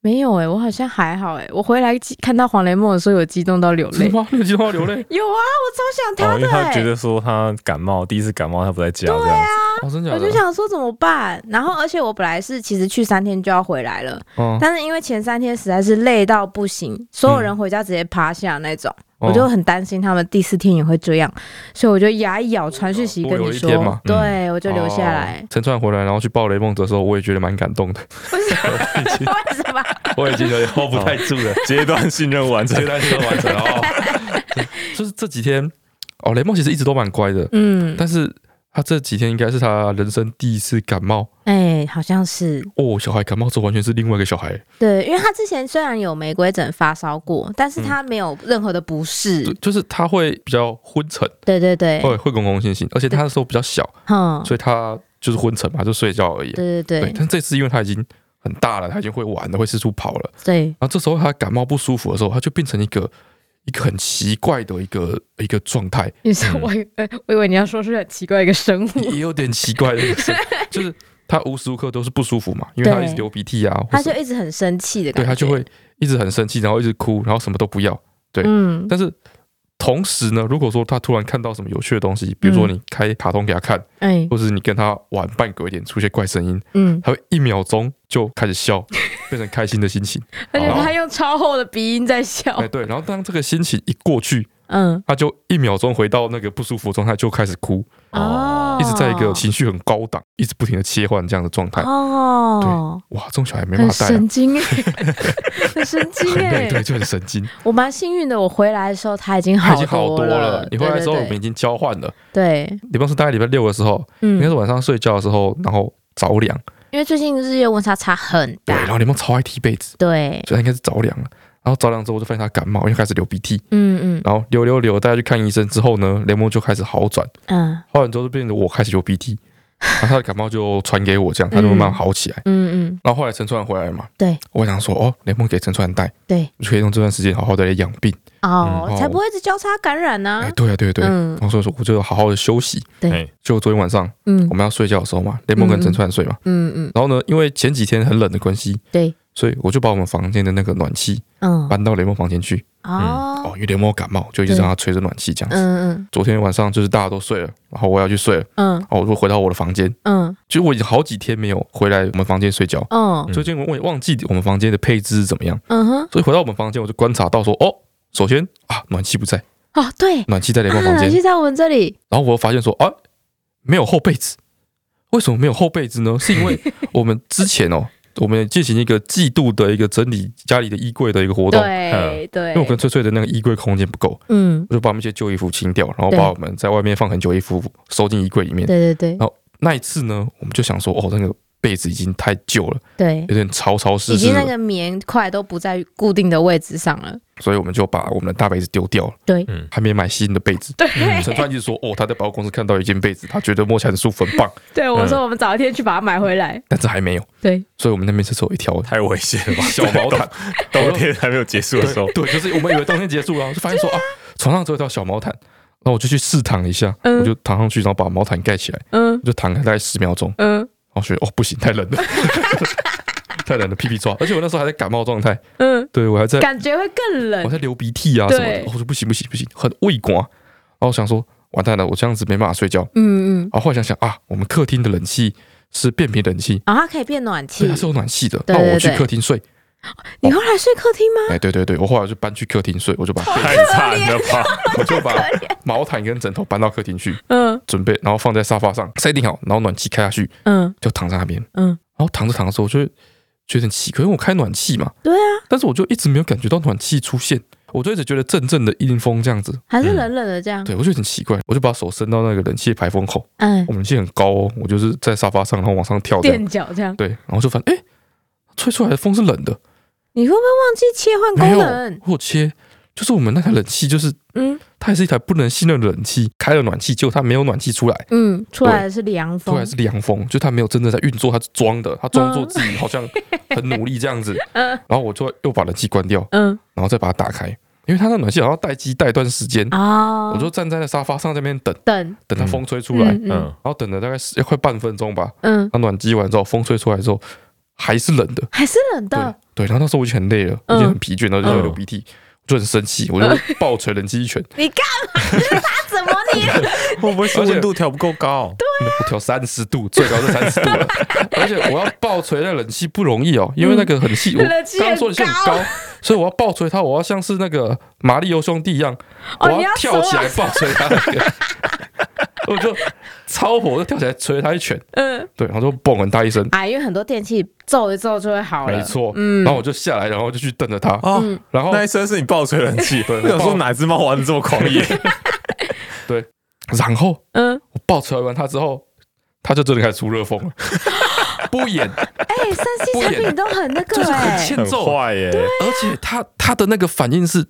A: 没有哎、我好像还好哎、我回来激看到黄雷梦的时候有激动到流
B: 是
A: 泪。
B: 吗？你有激动到流泪？
A: 有啊，我超想
C: 哦，
A: 他
C: 因为
A: 的、
C: 他
A: 欸，
C: 觉得说他感冒，第一次感冒他不在家这样子。
B: 哦，真假的？
A: 我就想说怎么办。然后，而且我本来是其实去三天就要回来了，
B: 嗯，
A: 但是因为前三天实在是累到不行，所有人回家直接趴下那种，
B: 哦
A: 我就很担心他们第四天也会这样，所以我就牙一咬，传讯息跟
B: 多
A: 你
B: 留一
A: 说
B: 天嘛，嗯
A: 对、我就留下来
B: 哦。陈川回来，然后去抱雷梦泽的时候，我也觉得蛮感动的，
A: (laughs) 为什么？为什
B: (laughs)
A: 么？
B: 我已经有点 hold 哦不太住了，
C: (laughs) 阶段性任务完成
B: 这，单都完成了哦。就是这几天，哦，雷梦其实一直都蛮乖的，
A: 嗯，
B: 但是他这几天应该是他人生第一次感冒
D: 哎、好像是
B: 哦，小孩感冒之后完全是另外一个小孩，
D: 对，因为他之前虽然有玫瑰疹发烧过，但是
B: 嗯
D: 他没有任何的不适。
B: 就就是他会比较昏沉，
D: 对对对，
B: 会会公公性性，而且他那时候比较小，
D: 嗯，
B: 哦所以他就是昏沉嘛，就睡觉而已。
D: 对对
B: 对
D: 对，
B: 但这次因为他已经很大了，他已经会玩了，会四处跑了。
D: 对，
B: 然后这时候他感冒不舒服的时候，他就变成一个一个很奇怪的一个一个
D: (laughs)
B: 状态，
A: 你说我以为 (laughs) 我以为你要说是很奇怪一个生物，
B: 也有点奇怪的一个
D: (laughs)
B: 事，就是他无时无刻都是不舒服嘛，因为他
D: 对
B: 一直流鼻涕啊，或
D: 他
B: 是
D: 就一直很生气的感
B: 对
D: 觉。
B: 他就会一直很生气，然后一直哭，然后什么都不要。
A: 嗯，
B: 但是同时呢，如果说他突然看到什么有趣的东西，比
D: 嗯
B: 如说你开卡通给他看，
D: 哎，
B: 或是你跟他玩扮鬼脸出现怪声音，
D: 嗯，
B: 他会一秒钟就开
D: (laughs)
B: 始笑，变成开心的心情。
A: 而且
B: 好
A: 他用超厚的鼻音在笑，
D: 哦
B: 哎，对，然后当这个心情一过去，
D: 嗯，
B: 他就一秒钟回到那个不舒服的状态，就开始哭，
D: 哦，
B: 一直在一个情绪很高档，一直不停的切换这样的状态。
D: 啊哦，
B: 哇，这种小孩没办
A: 很
B: 法带啊
A: 神，
B: (laughs)
A: 经哎，很神经
B: 很
A: 哎
B: 累，，对，就 (laughs) 很神经。
D: 我蛮幸运的，我回来的时候他已经
B: 他已
D: 好
B: 经好
D: 多
B: 多了，你回来的时候我
D: 对
B: 们已经交换了。
D: 对，对
B: 礼拜是大概礼拜六的时候，应
D: 嗯
B: 该，是晚上睡觉的时候，然后着凉。
D: 因为最近日夜温差差很
B: 对，然
D: 大，
B: 后联盟超爱踢被子，
D: 对，
B: 所以他应该是着凉了。然后着凉之后，我就发现他感冒，因为开始流鼻涕，
D: 嗯嗯
B: 然后流流流，带他去看医生之后呢，联盟就开始好转，
D: 嗯
B: 好转之后就变成我开始流鼻涕，然后他的感冒就传给我，这样他就慢慢好起来。
D: 嗯嗯，
B: 然后后来陈川回来嘛，
D: 对
B: 我想说哦，联盟给陈川带，
D: 对，
B: 我就可以用这段时间好好的来养病。
D: 哦
B: 嗯，
D: 才不会一直交叉感染呢
B: 哎，。对啊，对啊，对啊。
D: 嗯
B: 然后所以说我就好好的休息。
D: 对
C: 哎
B: 就昨天晚上
D: 嗯
B: 我们要睡觉的时候嘛，联盟跟陈川睡嘛，
D: 嗯嗯，
B: 然后呢，因为前几天很冷的关系，
D: 对，
B: 所以我就把我们房间的那个暖气
D: 嗯
B: 搬到联盟房间去。哦，
D: 哦，
B: 因为联盟感冒，就一直让他吹着暖气这样子。
D: 嗯
B: 昨天晚上就是大家都睡了，然后我要去睡了，哦
D: 嗯
B: 然后我就回到我的房间。
D: 嗯
B: 其实我已经好几天没有回来我们房间睡觉，
D: 嗯
B: 最近我也忘记我们房间的配置是怎么样，
D: 嗯哼，
B: 所以回到我们房间我就观察到说，哦，首先啊，暖气不在，
D: 哦对，
B: 暖气在联盟
D: 啊
B: 房间，
D: 就在我们这里，
B: 然后我又发现说，啊，没有厚被子，为什么没有厚被子呢？是因
D: (laughs)
B: 为我们之前哦，我们进行一个季度的一个整理家里的衣柜的一个活动，嗯
D: 对对
B: 因为我跟翠翠的那个衣柜空间不够，
D: 嗯，
B: 我就把我们一些旧衣服清掉，然后
D: 对
B: 把我们在外面放很久的衣服收进衣柜里面。
D: 对对对
B: 那一次呢，我们就想说，哦，那个被子已经太旧了，
D: 对，
B: 有点潮潮湿
D: 已
B: 湿
D: 经那
B: 的，
D: 个棉块都不在固定的位置上了。
B: 所以我们就把我们的大被子丢掉了，
D: 对，
C: 嗯
B: 还没买新的被子。
A: 对
B: 陈川一直说，哦，他在百货公司看到一件被子，他觉得摸起来很舒服，很棒，
A: 对，我
B: 嗯
A: 说我们早一天去把它买回来，
B: 但是还没有，
A: 对，
B: 所以我们那边是只有一条
C: 太危险了吧！
B: (laughs) 小毛毯，
C: 冬天还没有结束的时候，
B: 对，就是我们以为冬天结束了，就发现说啊，床上只有一条小毛毯，然后我就去试躺一下，
A: 嗯
B: 我就躺上去，然后把毛毯盖起来，
A: 嗯
B: 我就躺了大概十秒钟，
A: 嗯
B: 然后觉得哦不行，太冷了， (laughs) 太冷了，屁屁抓。而且我那时候还在感冒状态，
A: 嗯，
B: 对我还在
A: 感觉会更
B: 我
A: 冷，
B: 在流鼻涕啊什么的
A: 对，
B: 我说不行不行不行，很胃刮。然后我想说完蛋了，我这样子没办法睡觉。
D: 嗯嗯，
B: 然后后来想想啊，我们客厅的冷气是变频冷气，
D: 哦然后它可以变暖
B: 所
D: 气
B: 以它。是有暖气的。
D: 对
B: 那
D: 对
B: 我去
D: 对
B: 客厅睡。
D: 你后来睡客厅吗？
B: 哎，对对对，我后来就搬去客厅睡，我就把
C: 太惨了吧！
B: 我就把毛毯跟枕头搬到客厅去，
A: 嗯
B: 准备然后放在沙发上 setting 好，然后暖气开下去，
D: 嗯
B: 就躺在那边。
D: 嗯，
B: 然后躺着躺着的时候，我就会觉得很奇怪，因为我开暖气嘛，
D: 对啊，
B: 但是我就一直没有感觉到暖气出现，我就一直觉得阵阵的阴风这样子，
D: 还是冷冷的这样。
B: 对我就很奇怪，我就把手伸到那个冷气的排风口，
D: 嗯
B: 我，们冷气很高哦，我就是在沙发上然后往上跳这样，
A: 垫脚这样，
B: 对，然后就发现哎，吹出来的风是冷的，
D: 你会不会忘记切换
B: 没
D: 功
B: 有
D: 能？
B: 我有切，就是我们那台冷气就是
D: 嗯
B: 它也是一台不能信任的冷气，开了暖气结果它没有暖气出来。
D: 嗯，出来的是凉
B: 出
D: 风
B: 来。是凉风，就它没有真的在运作，它是装的，它装作自己好像
D: (laughs)
B: 很努力这样子。
A: 嗯
B: 然后我就又把冷气关掉，
A: 嗯
B: 然后再把它打开，因为它那暖气好像待机待一段时间，
D: 哦，
B: 我就站在那沙发上这边等，
A: 嗯
D: 等
B: 等它风吹出来，然
D: 嗯嗯
B: 后等了大概是快半分钟吧。
D: 嗯，
B: 它暖机完之后，风吹出来之后还是冷的，
D: 还是冷
B: 对
D: 的。
B: 对。然后那时候我已经很累了，
A: 嗯
B: 我已经很疲倦，然后就在
C: 嗯
B: 流鼻涕，我就很生气，
D: (laughs)
B: 我就暴捶冷气一拳，
D: 你干嘛？
A: 啊
D: 他怎么你？ (laughs)
C: 会不会是温度调不够高？
B: 我调三十度，最高是三十度了。而且我要爆锤那冷气不容易哦，因为那个很细，我
A: 冷气很
B: 刚刚说冷气很高，所以我要爆锤它，我要像是那个马里奥兄弟一样，我
A: 哦你要
B: 跳起来
A: (laughs)
B: 爆锤它那个。我就超火，我就跳起来捶它一拳，
A: 嗯，
B: 对，然后就嘣很大一声，
D: 啊，因为很多电器揍一揍就会好了。
B: 没错，
D: 嗯
B: 然后我就下来，然后就去瞪着它，
C: 啊，
B: 然后 (laughs)
C: 那一声是你爆吹冷气，我想说哪只猫玩的这么狂野？
B: 对，然后
A: 嗯，
B: 我抱出来完他之后，他就真的开始出
A: (laughs)
B: 热风了，不演，
D: 哎，三 C
B: 不
D: 产
B: 演
D: 品都很那
B: 就
D: 个
B: 是很
D: (laughs) 哎，
B: 欠
C: 很
B: 揍，
C: 坏耶、
B: 而且他他的那个反应是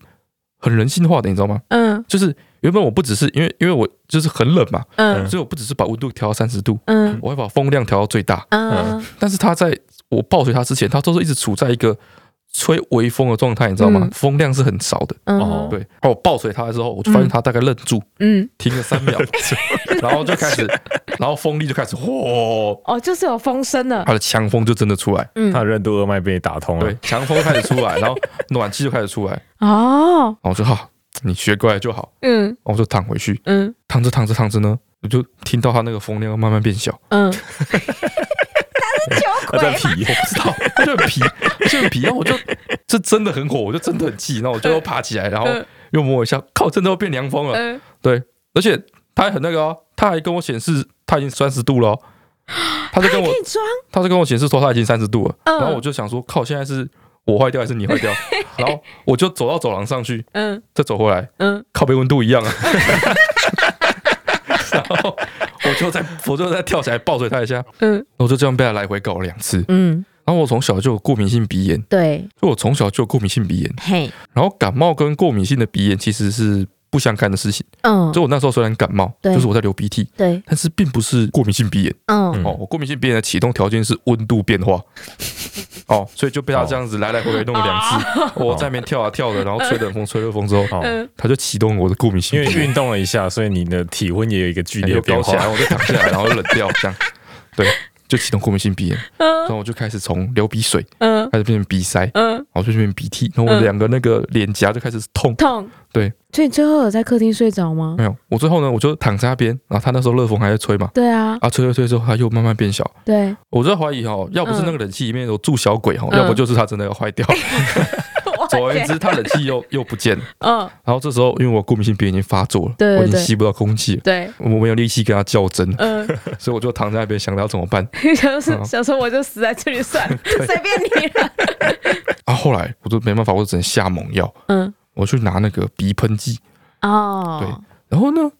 B: 很人性化的，你知道吗？
A: 嗯
B: 就是原本我不只是因为因为我就是很冷嘛，
A: 嗯
B: 所以我不只是把温度调到三十度，
A: 嗯
B: 我会把风量调到最大。
D: 嗯，
B: 但是他在我抱随他之前，他都是一直处在一个吹微风的状态，你知道吗
A: 嗯？
B: 风量是很少的。
D: 嗯
C: 哦
B: 对，然后我抱随他的时候，我就发现他大概愣住，
A: 嗯，
B: 停了三秒， (laughs) 然后就开始，然后风力就开始，嚯，
A: 哦，就是有风声了，
D: 啊
B: 他的强风就真的出来，
C: 他
D: 嗯，
C: 的任督二脉被你打通了。
B: 对，强风开始出来，然后暖气就开始出来，然
A: 哦，
B: 后我就好，你学乖就好，
A: 嗯
B: 然后我就躺回去，
A: 嗯
B: 躺着躺着躺着呢，我就听到他那个风量慢慢变小，
D: (laughs)
A: 嗯，
C: 他
D: 啊
C: 在皮，
B: 我不知道，我就很皮，我就很皮，然后我就这真的很火，我就真的很气，然后我就又爬起来，然后
A: 嗯
B: 又摸一下，靠，真的要变凉风了，
A: 嗯，
B: 对，而且他还很那个哦，他还跟我显示他已经三十度了哦，他就
A: 还
B: 跟
A: 可
B: 我
A: 以装，
B: 他就跟我显示说他已经三十度了，
A: 嗯
B: 然后我就想说靠，现在是我坏掉还是你坏
A: (laughs)
B: 掉？然后我就走到走廊上去，
A: 嗯
B: 再走回来，
A: 嗯，
B: 靠背温度一样啊。 (laughs) 然后我就再我就再跳起来抱着他一下，
A: 嗯，
B: 我就这样被他来回搞了两次。
D: 嗯，
B: 然后我从小就有过敏性鼻炎，
D: 对，
B: 就我从小就有过敏性鼻炎，
D: 嘿，
B: 然后感冒跟过敏性的鼻炎其实是不相干的事情。
D: 嗯
B: 就，我那时候虽然感冒，
D: 对
B: 就是我在流鼻涕，
D: 对，
B: 但是并不是过敏性鼻炎。
D: 嗯，
C: 嗯
B: 哦，我过敏性鼻炎的启动条件是温度变 (laughs) 化，哦，所以就被他这样子来来回回弄了两次，我在那边跳啊跳的，然后吹冷风吹热风之后，
C: 哦，
A: 嗯
B: 他就启动我的过敏性
C: 因为
B: 鼻炎，
C: 运动了一下，所以你的体温也有一个剧
B: 哎
C: 烈
B: 又
C: 的变
B: 高起来，
C: 化。
B: 我就躺下来，然后冷掉这样，
A: (laughs)
B: 对，就启动过敏性鼻炎，然
A: 嗯
B: 后我就开始从流鼻水
A: 嗯
B: 开始变成鼻塞，然
A: 嗯，
B: 后就变成鼻涕，然后我两个那个脸颊就开始痛，
A: 痛，
B: 对，嗯
A: 所以你最后有在客厅睡着吗？
B: 没有，我最后呢我就躺在那边，然后他那时候热风还在吹嘛，
A: 对啊，
B: 啊吹吹吹之后他又慢慢变小，
D: (laughs)
A: 对，
B: 我在怀疑哦，要不是那个冷气里面有住小鬼哦，
A: 嗯
B: 要不就是他真的要坏
A: (laughs)
B: 掉。
A: 我
B: 总而言之，他冷气又又不见了。
A: 嗯，
B: 然后这时候，因为我过敏性鼻炎已经发作了，
A: 对对
B: 我已经
A: 对
B: 吸不到空气了，
A: 对，
B: 我没有力气跟他较真，
A: 嗯， (laughs)
B: 所以我就躺在那边想着要怎么办。嗯
A: 就是想说我就死在这里算了，
B: (laughs)
A: 随便
D: (laughs)
A: 你了，
B: 啊，后来我就没办法，我只能下猛药，
A: 嗯，
B: 我去拿那个鼻喷剂。
D: 哦，
B: 然后呢，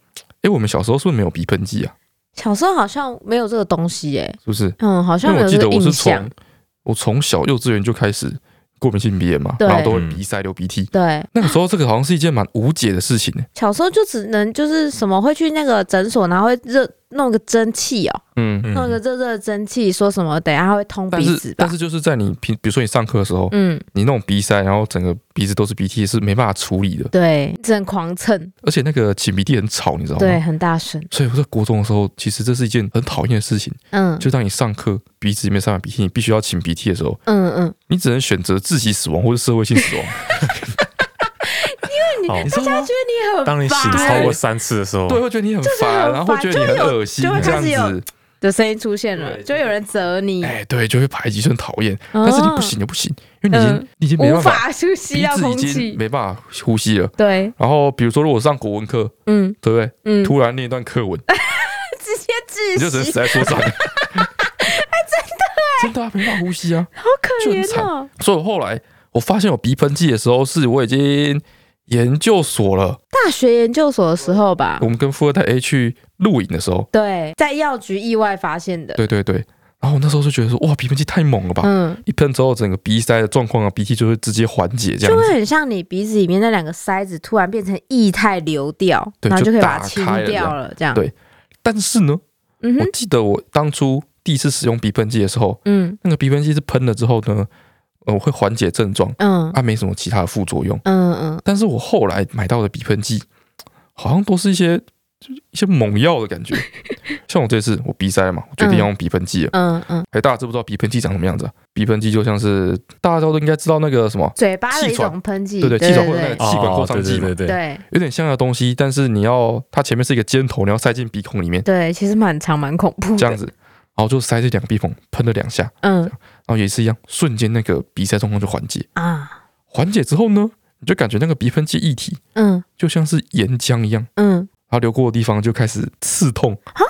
B: 诶，我们小时候是不是没有鼻喷剂啊？
D: 小时候好像没有这个东西，哎，
B: 是不是？
D: 嗯，好
B: 因
D: 像没
B: 为
D: 有
B: 我记
D: 这
B: 得
D: 个印
B: 我是
D: 象
B: 从，我从小幼稚园就开始过敏性鼻炎嘛，
D: 对
B: 然后都会鼻塞、流鼻涕。
D: 对，
B: 那个时候，这个好像是一件蛮无解的事情呢。
D: 小时候就只能就是什么会去那个诊所，然后会热弄个蒸汽哦，
B: 嗯，
C: 嗯
D: 弄个热热的蒸汽，说什么等一下会通
B: 但
D: 鼻子
B: 是但
D: 吧，
B: 是就是在你平，比如说你上课的时候，
D: 嗯，
B: 你那种鼻塞，然后整个鼻子都是鼻涕，是没办法处理的。
D: 对，只能狂蹭，
B: 而且那个擤鼻涕很吵，你知道吗？
D: 对，。很大声，
B: 所以我在国中的时候，其实这是一件很讨厌的事情。
D: 嗯，
B: 就当你上课鼻子里面塞满鼻涕，你必须要擤鼻涕的时候，
D: 嗯嗯，
B: 你只能选择自己死亡或者社会性死亡。
C: 哦
B: 你知道吗？
A: 你很
C: 当你醒
A: 烦
C: 超过三次的时候，
B: 对，会觉得你很
A: 就是很
B: 烦，
A: 烦
B: 然后会觉得你很恶心，
D: 就有就
B: 这
D: 会
B: 样
D: 开始有
B: 子，
D: 的声音出现了，
B: 对
D: 就有人责
A: 嗯
D: 你，哦
B: 哎，对，就会排挤，就很讨厌。但是你不行就不行，因为你已经
A: 嗯
B: 你已经没
A: 无
B: 办法，
A: 法呼吸
B: 鼻
A: 到
B: 子
A: 空
B: 已经
A: 气，
B: 没办法呼吸了。
D: 对，
B: 然后比如说，如果上国文课，
D: 嗯
B: 对不对？
D: 嗯，
B: 突然念一段课文，
D: 直接
B: 你就只
D: 窒
B: 能死
D: 息，
B: 在桌 (laughs) 上。哎，真的，真的啊，没办法呼吸啊。
A: 好可怜哦。
B: 所以我后来我发现我鼻喷剂的时候，是我已经研究所了。
D: 大学研究所的时候吧
B: 我，们跟富二代 A 去露营的时候，
D: 对，在药局意外发现的，
B: 对对对。然后我那时候就觉得说，哇，鼻喷剂太猛了吧！
D: 嗯，
B: 一喷之后，整个鼻塞的状况啊，鼻涕就会直接缓解这
D: 就
B: 样
D: 会
B: 子，
D: 很像你鼻子里面那两个塞子突然变成液态流掉，
B: 对
D: 然后
B: 就
D: 就可以
B: 打
D: 把它清
B: 开了这
D: 掉
B: 样
D: 了，这样，
B: 对但是呢，
D: 嗯
B: 我
D: 哼，
B: 记得我当初第一次使用鼻喷剂的时候，
D: 嗯
B: 那个鼻喷剂是喷了之后呢，呃，会缓解症状，
D: 嗯
B: 啊，没什么其他的副作用。
D: 嗯嗯，
B: 但是我后来买到的鼻喷剂，好像都是一些就是一些猛药的
D: (laughs)
B: 感觉。像我这次我鼻塞了嘛，我决定要用鼻喷剂了。
D: 嗯嗯，
B: 哎、大家知不知道鼻喷剂长什么样子、啊？鼻喷剂就像是大家都应该知道那个什么，
D: 嘴巴的一
B: 气喘
D: 种喷剂，
B: 对
D: 对
B: 对，气喘或者那个
D: 对
B: 气管扩张剂
C: 哦
B: 嘛，
C: 对对对对，
D: 对
B: 有点像的东西，但是你要它前面是一个尖头，你要塞进鼻孔里面
D: 对，其实蛮长蛮恐怖的，
B: 这样子，然后就塞这两个鼻孔，喷了两下，
D: 嗯
B: 然后也是一样，瞬间那个鼻塞状况就缓解。
D: 啊，
B: 缓解之后呢，你就感觉那个鼻喷剂液体
D: 嗯
B: 就像是岩浆一样。
D: 嗯。
B: 它流过的地方就开始刺痛，
C: 啊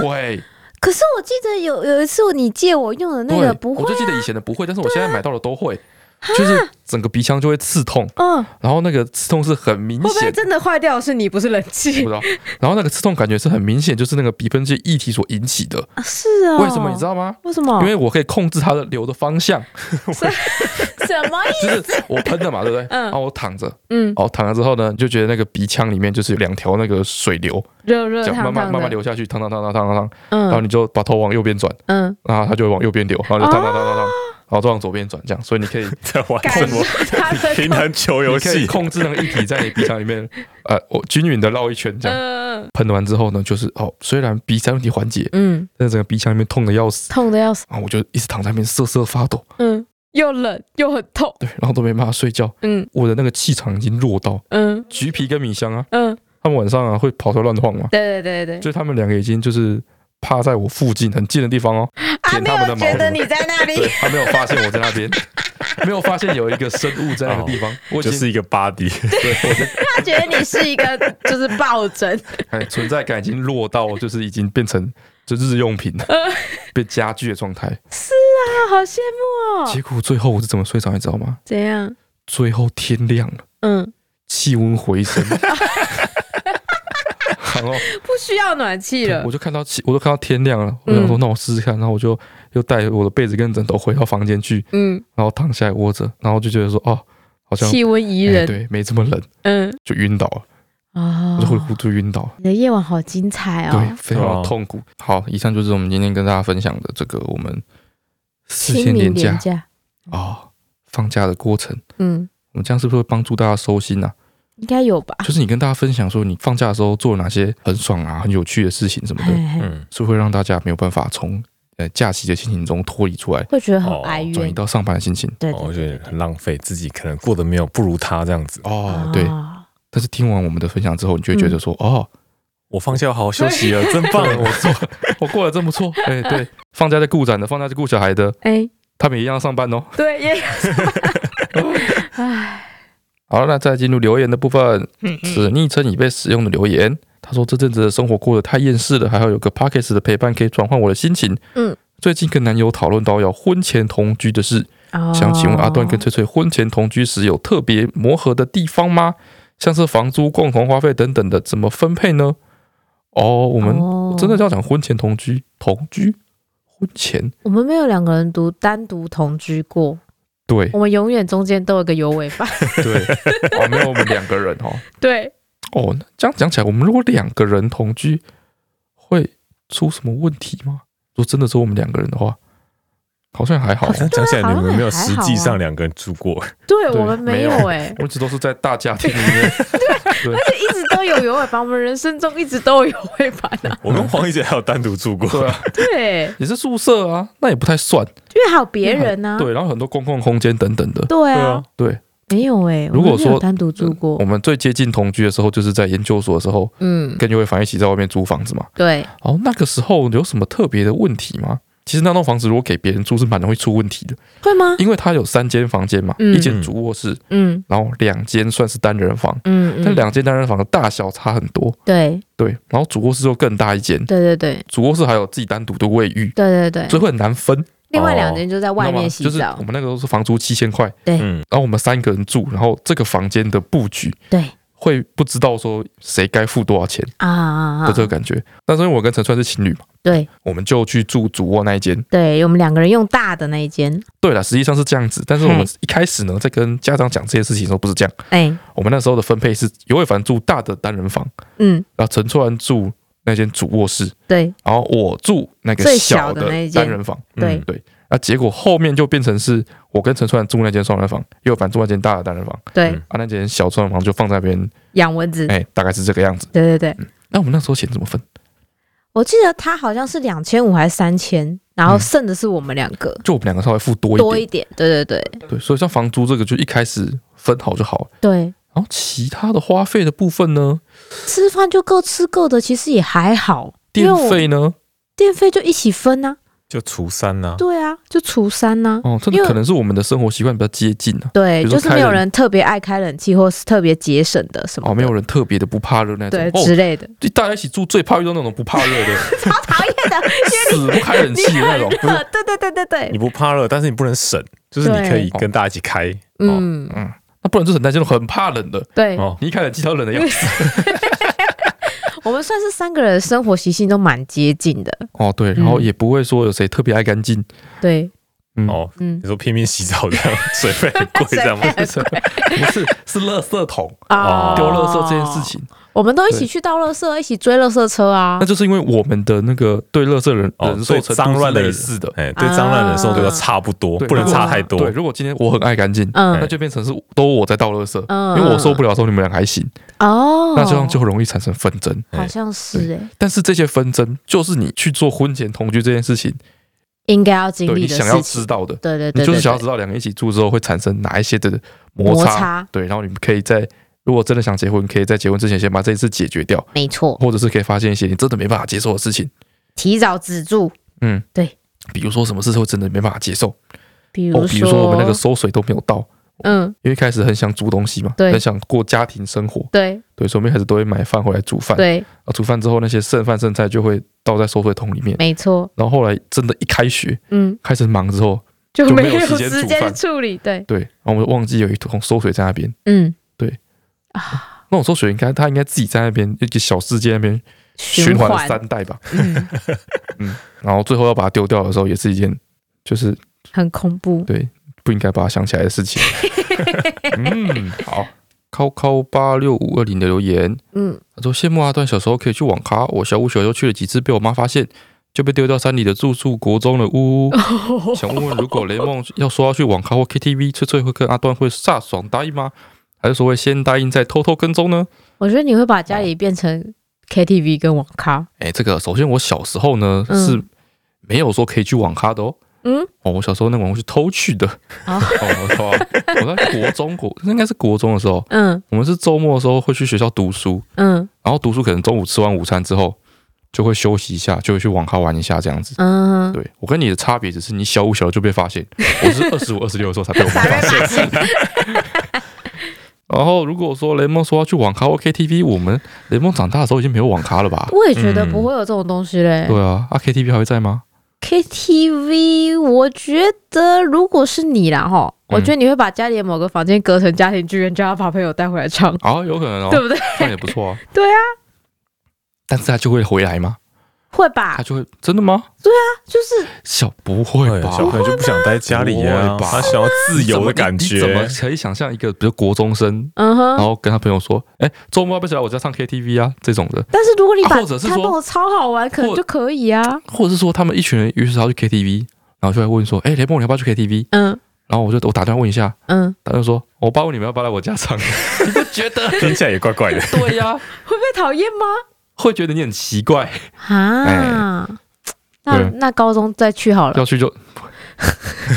B: 会
D: 可是我记得有有一次你借我用的那
B: 对
D: 个不
B: 我
D: 会
A: 啊
B: 就记得以前的不会，但是我现在买到的都会，就是整个鼻腔就会刺痛，
A: 嗯，
B: 然后那个刺痛是很明
A: 会不会
B: 显的。
A: 真的坏掉的是你，不是冷
B: 我
A: 气
B: 不知？道，然后那个刺痛感觉是很明显，就是那个鼻喷剂液体所引起的。
A: 啊是啊、
B: 为什么你知？道吗？
A: 为什么？
B: 因为我可以控制它的流的
A: (laughs)
B: 方向，
A: 什么意思？
B: 就是我喷的嘛，对不对？
A: 嗯
B: 然后我躺着，
A: 嗯，
B: 然后躺了之后呢，你就觉得那个鼻腔里面就是有两条那个水流，
A: 热热
B: 这样
A: 烫
B: 慢慢
A: 烫
B: 慢慢
A: 的，
B: 流下去，烫烫烫烫烫烫烫，然后
A: 嗯
B: 你就把头往右边转，
A: 嗯，
B: 然后它就会往右边流，然后就烫烫烫烫烫
A: 哦
B: 烫，然后再往左边转，这样，所以你 (laughs) 可以
C: 在玩
A: 感
C: 什么
A: 受它的
C: (laughs) 平衡球游
B: 你可以
C: 戏？
B: 控制那个液体在你鼻腔里 (laughs) 面，呃，我均匀的绕一圈这样。
A: 嗯
B: 喷完之后呢，就是哦，虽然鼻塞问题缓解，
A: 嗯，
B: 但是整个鼻腔里面痛的要死，
A: 痛的要死，
B: 然后我就一直躺在那边瑟瑟发抖，
A: 嗯，又冷又很痛，
B: 对，然后都没办法睡觉，
A: 嗯
B: 我的那个气场已经弱到
A: 嗯
B: 橘皮跟米香啊，
A: 嗯，
B: 他们晚上啊会跑出来乱晃嘛，
A: 对对对对
B: 就他们两个已经就是趴在我附近很近的地方哦，
D: 啊，
B: 舔
D: 没
B: 他们
D: 有
B: 的
D: 觉得
B: 毛
D: 你
B: 茸，
D: 在那
B: 对
D: 里，
B: 他没有发现我在那边，没有发现有一个生物在那个地方，我已
C: (laughs) 就
B: 经
C: 是一个 body，
B: 对我的
D: 他觉得你是一个就是抱枕，
B: 哎存在感已经弱到就是已经变成就日用品了，被家具的状态。
A: 啊，好羡慕哦！
B: 结果最后我是怎么睡着，你知道吗？
A: 怎样？
B: 最后天亮了，
A: 嗯，
B: 气温回升，然后
A: 不需要暖气了
B: 我。就看到气，我都看到天亮了，我想说
A: 嗯
B: 那我试试看，然后我就又带我的被子跟枕头回到房间去，
A: 嗯，
B: 然后躺下来窝着，然后就觉得说哦，好像
A: 气温宜
B: 哎
A: 人。
B: 对，没这么冷，
A: 嗯
B: 就晕倒了，
A: 啊
B: 我就呼呼就晕倒了。
D: 哦你的夜晚好精彩
B: 对，
D: 哦！
B: 非常痛苦。好，以上就是我们今天跟大家分享的这个我们四天连假
D: 廉价，
B: 啊、放假的过程。
D: 嗯，
B: 我们这样是不是会帮助大家收心啊？
D: 应该有吧？
B: 就是你跟大家分享说，你放假的时候做了哪些很爽啊、很有趣的事情什么
A: 哎
B: 的，
D: 嘿嘿
C: 嗯，
B: 是不是会让大家没有办法从呃假期的心情中脱离出来，
D: 会觉得很
C: 哦
D: 哀
B: 转
D: 怨
B: 移，到上班的心情。
D: 对
C: 哦我
D: 对
C: 觉得很浪费，自己可能过得没有不如他这样子。
D: 啊
A: 啊
B: 哦，对。但是听完我们的分享之后，你就会觉得说，哦，
C: 我放假好好休 (laughs) 息了，啊真棒！
B: 对我做， (laughs) 我过得真不错。哎，对，放假在顾展的，放假在顾小孩的，
A: 哎，
B: 他们也一样上班哦。
A: 对，也唉，
B: 好了，那再进入留言的部分， (laughs) 是昵称已被使用的留言。他说这阵子的生活过得太厌世了，还好有个 p o c k e t 的陪伴可以转换我的心情。
D: 嗯，
B: 最近跟男友讨论到要婚前同居的事，
D: 哦
B: 想请问阿段跟翠翠婚前同居时有特别磨合的地方吗？像是房租、共同花费等等的，怎么分配呢？哦，我们
D: 哦
B: 真的要讲婚前同居，同居婚前
D: 我们没有两个人独单独同居过，
B: 对
D: 我们永远中间都有一个有尾 (laughs) 巴。
B: (laughs) 对，哦，没有我们两个人哦，
A: 对，
B: (laughs) 哦，那这样讲起来，我们如果两个人同居，会出什么问题吗？如果真的是我们两个人的话，好像还好啊
C: 好，像讲起来你们没有实际上两个人住 (laughs) 过，
D: 对
B: 对
D: 我们没
B: 没有
D: 有哎、 (laughs)
B: 我一直都是在大家庭里 (laughs) 面。
D: 一直都有有尾巴，我们人生中一直都有尾巴的。
C: 我跟黄奕姐还有单独住
B: (laughs)
C: 过。
B: 对啊，
D: 对，
B: 也是宿舍啊，那也不太算。
D: 因为还有别人呢、啊。
B: 对，然后很多公共空间等等的。
D: 对
C: 对
D: 啊
C: 啊，，
B: 对，
D: 没有哎、我
B: 如果
D: 们没有
B: 说呃
D: 单独住过
B: 我，们最接近同居的时候，就是在研究所的时候，
D: 嗯，
B: 跟优惠凡一起在外面租房子嘛。
D: 对，
B: 然后那个时候有什么特别的问题吗？其实那栋房子如果给别人住是蛮容易出问题的，
D: 会吗？
B: 因为它有三间房间嘛，
D: 嗯
B: 一间主卧室，
D: 嗯
B: 然后两间算是单人房，
D: 嗯嗯，
B: 但两间单人房的大小差很多，
D: 对
B: 对。然后主卧室就更大一间，
D: 对对对
B: 主卧室还有自己单独的卫浴，
D: 对对对，
B: 所以会很难分。
D: 另外两间就在外面洗
B: 哦你知道
D: 澡，
B: 吗就是我们那个时候是房租七千块，
C: 嗯，
B: 然后我们三个人住，然后这个房间的布局
D: 对
B: 会不知道说谁该付多少钱
D: 啊啊啊
B: 的这个感觉。但是因为我跟陈川是情侣嘛，
D: 对
B: 我们就去住主卧那一间。
D: 对，我们两个人用大的那一间，
B: 对了，实际上是这样子，但是我们
D: 嘿
B: 一开始呢，在跟家长讲这些事情的时候不是这样，
D: 哎、
B: 我们那时候的分配是尤伟凡住大的单人房，
D: 嗯，
B: 然后陈川住那间主卧室。
D: 对
B: 然后我住那个
D: 最
B: 小
D: 小的那一间
B: 单人房，嗯
D: 对
B: 对，那结果后面就变成是我跟陈川住那间双人房，又反住那间大的单人房，
D: 对
C: 嗯，
B: 啊，那间小双人房就放在那边，
D: 养蚊子，
B: 哎、嗯大概是这个样子。
D: 对对对，
B: 那我们那时候钱怎么分？
D: 我记得他好像是两千五还是三千，然后
B: 嗯
D: 剩的是我们两个。
B: 就我们两个稍微付多
D: 多
B: 一
D: 一
B: 点，
D: 点，对对对
B: 对，所以像房租这个就一开始分好就好了。
D: 对，
B: 然后其他的花费的部分呢，
D: 吃饭就各吃各的，其实也还好，因为
B: 电
D: 我
B: 费呢，
D: 电费就一起分呐、
C: 就除三呐，
D: 对啊，就除三呐、
B: 哦，这
D: 因为
B: 可能是我们的生活习惯比较接近啊。
D: 对，
B: 比如
D: 就
B: 说
D: 是
B: 开
D: 没有
B: 冷
D: 人特别爱开冷气，或是特别节省的什么的
B: 哦，没有人特别的不怕热那种
D: 对、，之
B: 哦，
D: 类
B: (laughs)
D: 的，
B: 就大家一起住最怕遇到那种不怕热的，
D: 超讨厌的。
A: (laughs)
B: 死不开冷气的那种。
A: 哦
B: (laughs)
D: 对对对对对，
C: 你不怕热，但是你不能省，就是你可以
B: 对
C: 跟大家一起开，
A: 嗯，
B: 那不然就是很担心，很怕冷的。
E: 对，
C: 哦
B: 你一开冷气，他冷的要死。
A: 我们算是三个人的生活习性都蛮接近的，
B: 哦，对，然
A: 嗯
B: 后也不会说有谁特别爱干
A: (laughs)
B: 净。
A: 对，
B: 嗯
C: 哦，
A: 嗯
C: 你说拼命洗澡这 (laughs) 样，水费很贵这 (laughs) 样吗？
A: 哎
B: 不是，不是，是垃圾桶
C: 哦
B: 丢垃圾这件事，情，
A: 我们都一
B: 对
A: 起去倒垃圾，一起追垃圾车啊
B: 那，就是因为我们的那个对垃圾人
C: 哦
B: 忍，
C: 所
B: 受
C: 以
B: 程
C: 脏
B: 度
C: 乱
B: 是
C: 的
B: 类
C: 人
B: 似的，
C: 哎，对脏乱忍受度要
A: 啊
C: 差不多，
B: 对
C: 不能
B: 如果
C: 差太多。
B: 对，如果今天我很爱干净，
A: 嗯
B: 那就变成是都我在倒垃圾，
A: 嗯
B: 因为我受不了的时候你们俩还行，
A: 哦，
B: 那这样就很容易产生纷争。
A: 好像是哎，
B: 但是这些纷争就是你去做婚前同居这件事情，
A: 应该要经
B: 对
A: 历
B: 你
A: 的
B: 想要
A: 事
B: 知
A: 情，
B: 道的，
A: 对对
B: 你
A: 对，
B: 就是
A: 对
B: 想要
A: 对
B: 知道两个人一起住之后会产生哪一些的
A: 摩
B: 摩擦。
A: 擦，
B: 对，然后你们可以在如果真的想结婚，可以在结婚之前先把这一次解决掉，
A: 没错，
B: 或者是可以发现一些你真的没办法接受的事情，
A: 提早止住，
B: 嗯，
A: 对，
B: 比如说什么事会真的没办法接受，
A: 比
B: 哦
A: 如，
B: 比如说我们那个收水都没有到，
A: 嗯，
B: 因为一开始很想煮东西嘛，
A: 对
B: 很想过家庭生活，
A: 对
B: 对，所以我们一开始都会买饭回来煮饭，
A: 对，
B: 啊，煮饭之后那些剩饭剩菜就会倒在收水桶里面，
A: 没错，
B: 然后后来真的一开学
A: 嗯，
B: 开始忙之后，
E: 就
B: 就没
E: 没
B: 有时间
E: 时
B: 煮
E: 间
B: 饭
E: 处理，对，
B: 对，然后我们忘记有一桶收水在那边，
A: 嗯
B: 对
A: 啊，
B: 那种收水应该他应该自己在那边一个小世界那边循环了三代吧，
A: 嗯，
B: 然后最后要把它丢掉的时候，也是一件就是
A: 很恐怖，
B: 对不应该把它想起来的事情。嗯，好，考考八六五二零的留言，
A: 嗯，
B: 他说羡慕阿段小时候可以去网咖，我小五小时候去了几次，被我妈发现。就被丢到山里的住宿国中的屋。想问问，如果雷梦要说要去网咖或 KTV，翠翠会跟阿段会飒爽答应吗？还是说会先答应再偷偷跟踪呢？
A: 我觉得你会把家里变成 KTV 跟网咖，
B: 哎、这个首先我小时候呢、
A: 嗯
B: 是没有说可以去网咖的哦。
A: 嗯，
B: 哦，我小时候那网是偷去的。
A: 哦
B: 我操！我在国中国，那应该是国中的时候，
A: (laughs) 嗯
B: 我们是周末的时候会去学校读书，
A: 嗯
B: 然后读书可能中午吃完午餐之后就会休息一下，就会去网咖玩一下这样子。
A: 嗯，
B: 对我跟你的差别只是你小五小六就被发现，我是二十五二十六的时候才被
A: (laughs)
B: 我妈发
A: 啊
B: 现。然后如果说雷蒙说要去网咖或 KTV，我们雷蒙长大的时候已经没有网咖了吧？
A: 我也觉得不会有这种东西嘞。
B: 对啊，啊 KTV 还会在吗？
A: KTV，我觉得如果是你啦哈，
B: 嗯
A: 我觉得你会把家里的某个房间隔成家庭剧院，叫他把朋友带回来唱，
B: 啊，有可能哦，
A: 对不对？
B: 这样也不错啊。
A: (laughs) 对啊，
B: 但是他就会回来吗？
A: 会吧
B: 他？就会真的吗？
A: 就是
B: 小不会
C: 哎
B: 吧？
C: 小朋友就不想待家里
B: 不
C: 呀
B: 会，吧
C: 他想要自由的感
B: 你怎么
C: 觉。
B: 可以想象一个，比如国中生，
A: 嗯
B: 然
A: 哼。
B: 后跟他朋友说，哎、周末要不要起来我家唱 KTV 啊？这种的，
A: 但是如果你把
B: 啊或者是
A: 它
B: 说
A: 弄得超好玩，可能
B: 或
A: 就可以啊。
B: 或者是说他们一群人约是要去 KTV，然后就来问说，哎、雷梦你要不要去 KTV？
A: 嗯
B: 然后我就我打电话问一下，
A: 嗯，
B: 他就说，我爸问你们要不要来我家唱， (laughs) 你不觉得？
C: 听起来也怪怪的，
B: 对呀、
A: 会被讨厌吗？
B: 会觉得你很奇
A: (laughs)
B: 怪，
A: 啊，那
B: 哎对
A: 那高中再去好了。
B: 要去 (laughs) 就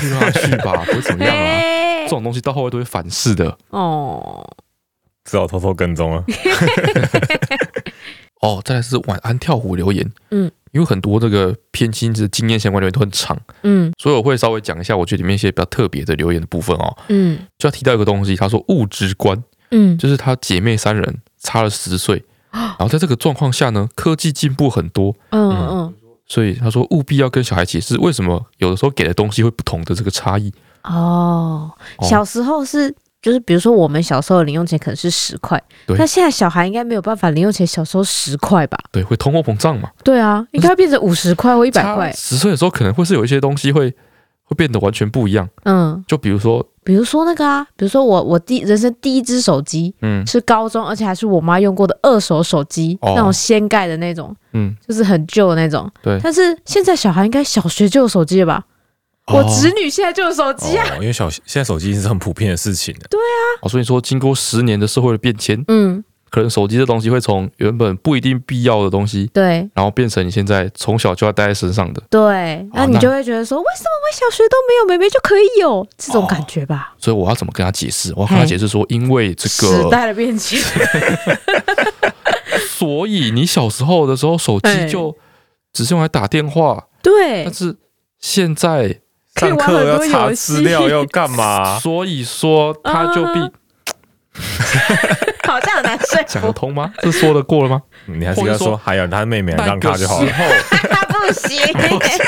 B: 去让他去吧，不会怎么样
A: (laughs)
B: 啊。
A: 哎
B: 这种东西到后来都会反噬的。
A: 哦，
C: 只好偷偷跟踪啊了。
B: 哦，再来是晚安跳舞留言，
A: 嗯，
B: 因为很多这个偏心的经验相关留言都很长，
A: 嗯
B: 所以我会稍微讲一下我觉得里面一些比较特别的留言的部分哦。
A: 嗯
B: 就要提到一个东西，他说物质观，
A: 嗯，
B: 就是她姐妹三人差了十
A: (gasps)
B: 岁，然后在这个状况下呢，科技进步很多，
A: 嗯嗯
B: 所以他说务必要跟小孩解释为什么有的时候给的东西会不同的这个差异。
A: 哦，
B: 哦
A: 小时候是。就是比如说，我们小时候的零用钱可能是十块，
B: 对
A: 那现在小孩应该没有办法零用钱小时候十块吧？
B: 对，会通货膨胀嘛？
A: 对啊，应该变成五十块或一百块。
B: 十岁的时候可能会是有一些东西会会变得完全不一样，
A: 嗯，
B: 就比如说，
A: 比如说那个啊，比如说我我第人生第一只手机
B: 嗯
A: 是高中，而且还是我妈用过的二手手机，
B: 哦
A: 那种掀盖的那种，
B: 嗯，
A: 就是很旧的那种。
B: 对
A: 但是现在小孩应该小学就有手机了吧？
B: 哦
A: 我侄女现在就有手机啊。
C: 哦，因为小现在手机是很普遍的事情了，
B: 哦，所以说经过十年的社会的变迁，
A: 嗯，
B: 可能手机这东西会从原本不一定必要的东西，
A: 对
B: 然后变成你现在从小就要带在身上的。
A: 对，那你
B: 那
A: 就会觉得说，为什么我小学都没有妹妹就可以有这种感觉吧？
B: 所以我要怎么跟他解释？我要跟他
A: 嘿
B: 解释说，因为哦这个
A: 时代的变迁，
B: 所以你小时候的时候，手
A: 哎
B: 机就只是用来打电话，
A: (laughs) 对 (laughs)
B: 但，是现在，
E: 可以
C: 上
E: 玩
C: 课
E: 很
C: 要
E: 多
C: 查
E: 游
C: 资
E: 戏，
C: 料要干嘛？
B: 所以说他就必
E: 啊好像很难说
B: (laughs) 讲得
E: 服，
B: 通吗？这说得过了吗？
C: 嗯你还是跟他
B: 或者说
C: 哎 (laughs) 说，还有他妹妹
B: 那
C: 让
B: 个
C: 他
B: (laughs) 时
C: 就好
B: 候
C: 了。
A: 不行。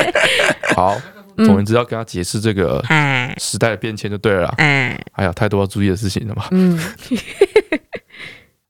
B: (laughs) 好，总而言之，要跟他解释这个
A: 啊
B: 时代的变迁就对了啦。
A: 啊，
B: 还有太多要注意的事情了嘛。
A: 嗯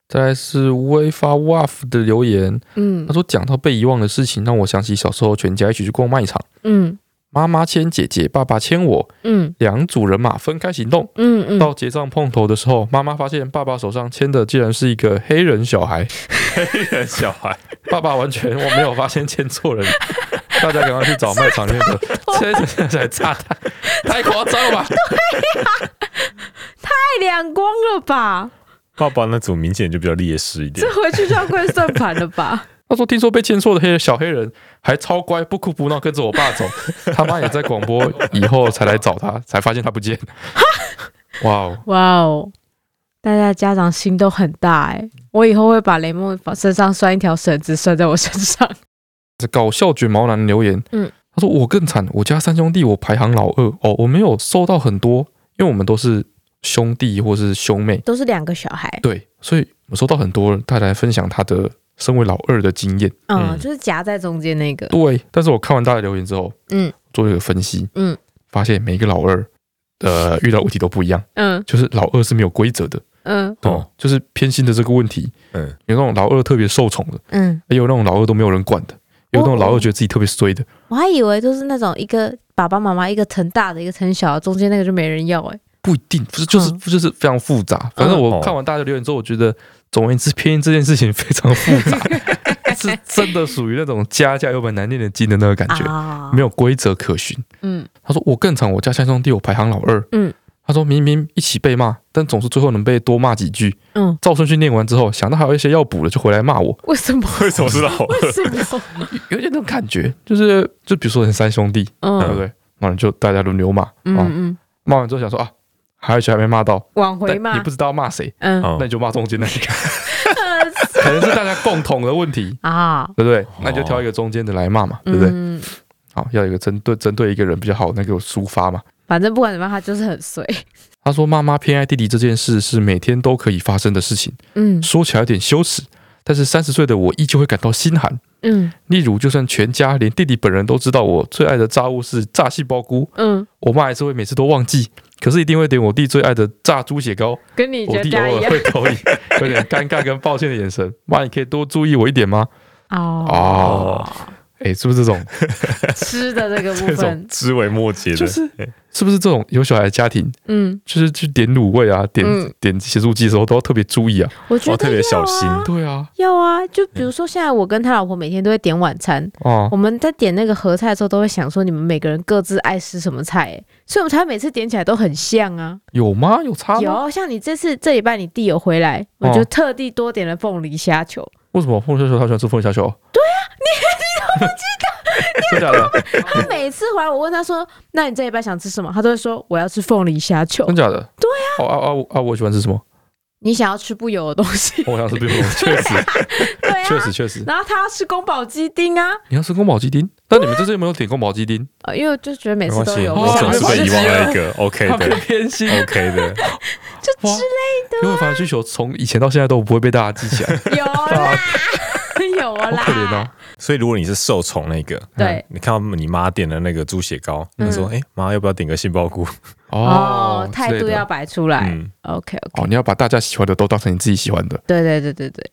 B: 再来是 Wafa Waf 的留言，
A: 嗯
B: 他说讲到被遗忘的事情，让我想起小时候全家一起去逛卖场，
A: 嗯
B: 妈妈牵姐姐，爸爸牵我，
A: 嗯
B: 两组人马分开行动。
A: 嗯嗯，
B: 到结账碰头的时候，妈妈发现爸爸手上牵的竟然是一个黑人小孩， (laughs)
C: 黑人哎小孩，
B: 爸爸完全我没有发现牵错人。 (laughs) 大家赶快去找卖场里面的，这这这炸弹， (laughs) 太夸张了吧！
F: 太两光了吧？
C: 爸爸那组明显就比较劣势一点
F: 这。回去就要跪算盘了吧？
B: 他说：“听说被牵错的黑人小黑人还超乖，不哭不闹，跟着我爸走。 (laughs) 他妈也在广播以后才来找他，才发现他不见。哇哦，
A: 哇哦，大家家长心都很大哎、我以后会把雷梦身上拴一条绳子，拴在我身上。
B: 这搞笑卷毛男留言，
A: 嗯，
B: 他说我更惨，我家三兄弟我排行老二哦，我没有收到很多，因为我们都是兄弟或是兄妹，
A: (laughs) 都是两个小孩，
B: 对，所以我收到很多人，他来分享他的身为老二的经验。
A: 嗯，
C: 嗯
A: 就是夹在中间那个，
B: 对，但是我看完大家留言之后，
A: 嗯，
B: 做了一个分析，
A: 嗯，
B: 发现每一个老二，呃，遇到问题都不一样，
A: 嗯
B: 就是老二是没有规则的。”
A: 嗯
B: 哦，就是偏心的这个问题，
C: 嗯，
B: 有那种老二特别受宠的，
A: 嗯，
B: 也有那种老二都没有人管的，也
A: 哦
B: 有那种老二觉得自己特别衰的。
A: 我还以为都是那种一个爸爸妈妈一个疼大的，一个疼小的，中间那个就没人要哎、
B: 不一定，不是就是
A: 嗯哦
B: 就是非常复杂。反正我看完大家留言之后，我觉得总而言之， (laughs) 偏心这件事情非常复杂，
A: (laughs)
B: 是真的属于那种家家有本难念的经的那个感觉，
A: 啊，
B: 没有规则可循。
A: 嗯
B: 他说我更惨，我家三兄弟我排行老二。
A: 嗯。
B: 他说明明一起被骂，但总是最后能被多骂几句。
A: 嗯，
B: 照顺序念完之后，想到还有一些要补的，就回来骂我。
A: 为什
B: (laughs)
A: 么？
C: 为什
A: (laughs)
C: 么是老二？
A: 什么？
B: 有点那种感觉，就是就比如说你三兄弟，对不
A: 嗯
B: 对？然后你就大家轮流骂，
A: 嗯
B: 啊，
A: 嗯，
B: 骂完之后想说啊，还有一群还没骂到，
A: 往回
B: 但
A: 骂
B: 你，不知道骂谁，
A: 嗯
C: 哦
B: 那你就骂中间那一个，可能是大家共同的问题， (laughs)
A: 啊，
B: 对不对？那你就挑一个中间的来骂嘛，对不对？
A: 嗯，
B: 好，要有一个针对针对一个人比较好那个抒发嘛。
A: 反正不管怎么样，他就是很碎。
B: 他说：“妈妈偏爱弟弟这件事是每天都可以发生的事情，
A: 嗯
B: 说起来有点羞耻，但是三十岁的我依旧会感到心寒。
A: 嗯
B: 例如，就算全家连弟弟本人都知道我最爱的炸物是炸杏鲍菇，
A: 嗯，
B: 我妈还是会每次都忘记，可是一定会点我弟最爱的炸猪血糕。
A: 跟你
B: 我
A: 全
B: 弟啊
A: 家
B: 偶
A: 一
B: 尔
A: 样
B: 会投以有点尴尬跟抱歉的眼神。妈，你可以多注意我一点吗？
A: 哦，
B: 哎、是不是这种？
A: 吃的这个
C: 这
A: 部
C: 种
A: 分，
C: 枝微末节
B: 就
C: 的，
B: 是是不是这种有小孩的家庭，
A: 嗯，
B: 就是去点卤味啊，点、
A: 嗯
B: 点协助剂的时候都要特别注意啊。
A: 我觉
C: 我
A: 得
C: 哦特别小心
A: 要啊
B: 对啊，
A: 要啊，就比如说现在我跟他老婆每天都会点晚餐，
B: 哦、
A: 我们在点那个合菜的时候，都会想说你们每个人各自爱吃什么菜、欸，所以我们才会每次点起来都很像啊。
B: 有吗？有差吗？
A: 有像你这次这礼拜你弟有回来，我
B: 哦
A: 就特地多点了凤梨虾球，
B: 为什么凤梨虾球他喜欢吃凤梨虾球？对啊，你你都不知道，
A: 他每次回来，我问他说：“那你这一拜想吃什么？”他都会说：“我要吃凤梨虾球。
B: 真假的？真假的？对啊。哦啊啊我啊！我喜欢吃什么？”哦
A: 你想要吃不油的东西，
B: 我想吃冰棒，确实，
A: 对啊。
B: (laughs) 确实，确实。
A: 然后他要吃宫保鸡丁啊，
B: 你要吃宫保鸡丁？那你们这次有没有点宫保鸡丁？
A: 呃，因为我就觉得每
C: 没
A: 次
C: 关
A: 都
C: 系，
A: 有，
B: 我
C: 你
A: 我想
C: 总
B: 没
C: 是
A: 吃
B: 关系
C: 被遗忘
B: 啊
C: 了一个
B: (laughs)
C: ，OK
B: 他
C: 的
B: 们偏心
C: ，OK 的，
A: 就
B: 哇
A: 吃
B: 因为反正需求从以前到现在都不会被大家记起来，
A: 有啦， (laughs) 有
B: 好
A: 啦，
B: 可怜哦。
C: 所以如果你是受宠那个，嗯
A: 对，
C: 你看到你妈点的那个猪血糕，
A: 嗯
C: 你说：“哎、妈，要不要点个杏鲍菇
A: 哦，
B: 之
A: 态
B: 类
A: 度
B: 的
A: 要摆出来。
C: 嗯，
A: OK OK，
B: 哦，你要把大家喜欢的都当成你自己喜欢的。
A: 对对对对对，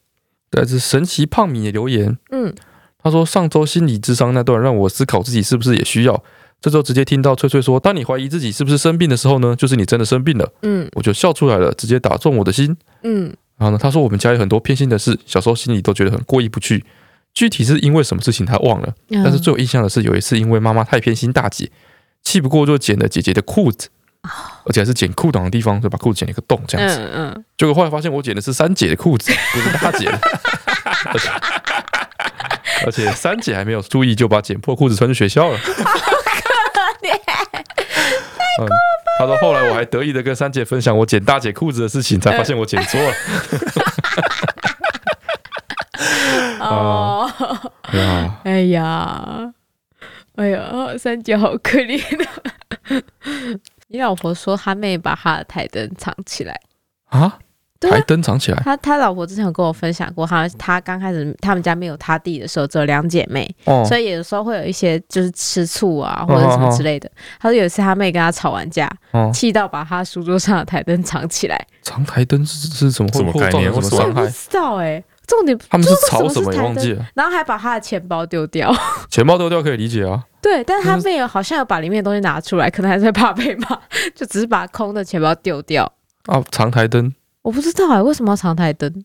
B: 对，这是神奇胖米也留言，
A: 嗯，
B: 他说上周心理智商那段让我思考自己是不是也需要。这周直接听到翠翠说，当你怀疑自己是不是生病的时候呢，就是你真的生病了，
A: 嗯
B: 我就笑出来了，直接打中我的心。
A: 嗯
B: 然后呢，他说我们家有很多偏心的事，小时候心里都觉得很过意不去。具体是因为什么事情他忘了，
A: 嗯，
B: 但是最有印象的是有一次因为妈妈太偏心大姐，气不过就剪了姐姐的裤子，而且还是剪裤裆的地方，就把裤子剪了一个洞这样子。
A: 嗯嗯，
B: 结果后来发现我剪的是三姐的裤子，不是大姐的。 (laughs) 而且而且三姐还没有注意，就把剪破裤子穿去学校了。
A: 啊
B: 嗯，他说后来我还得意的跟三姐分享我剪大姐裤子的事情，才发现我剪错了。
A: 哦， (laughs)
B: 对啊，
A: 哎呀，哎呀，三姐好可怜啊！ (laughs) 你老婆说她妹把她的台灯藏起来，
B: 啊，
A: 对啊
B: 还登长起来
A: 他他老婆之前有跟我分享过，好像他刚开始他们家没有他弟的时候，只有两姐妹，
B: 哦，
A: 所以有时候会有一些就是吃醋啊或者什么之类的。他说有一次他妹跟他吵完架，
B: 哦，
A: 气到把他书桌上的台灯藏起来，
B: 长台灯是是什么
C: 什么概念
B: 或
C: 什么
B: 伤
A: 不
B: 害？
A: 知道哎、重点
B: 他们是
A: 不知道
B: 吵
A: 什
B: 什
A: 么
B: 么
A: 是
B: 也
A: 台
B: 忘
A: 灯
B: 记了，
A: (laughs) 然后还把他的钱包丢掉。
B: 钱包丢掉可以理解啊。
A: (laughs) 对，但是他
B: 嗯
A: 妹好像有把里面的东西拿出来，可能还在怕被骂， (laughs) 就只是把空的钱包丢掉。
B: 啊，长台灯
A: 我不知道哎、为什么要藏台灯？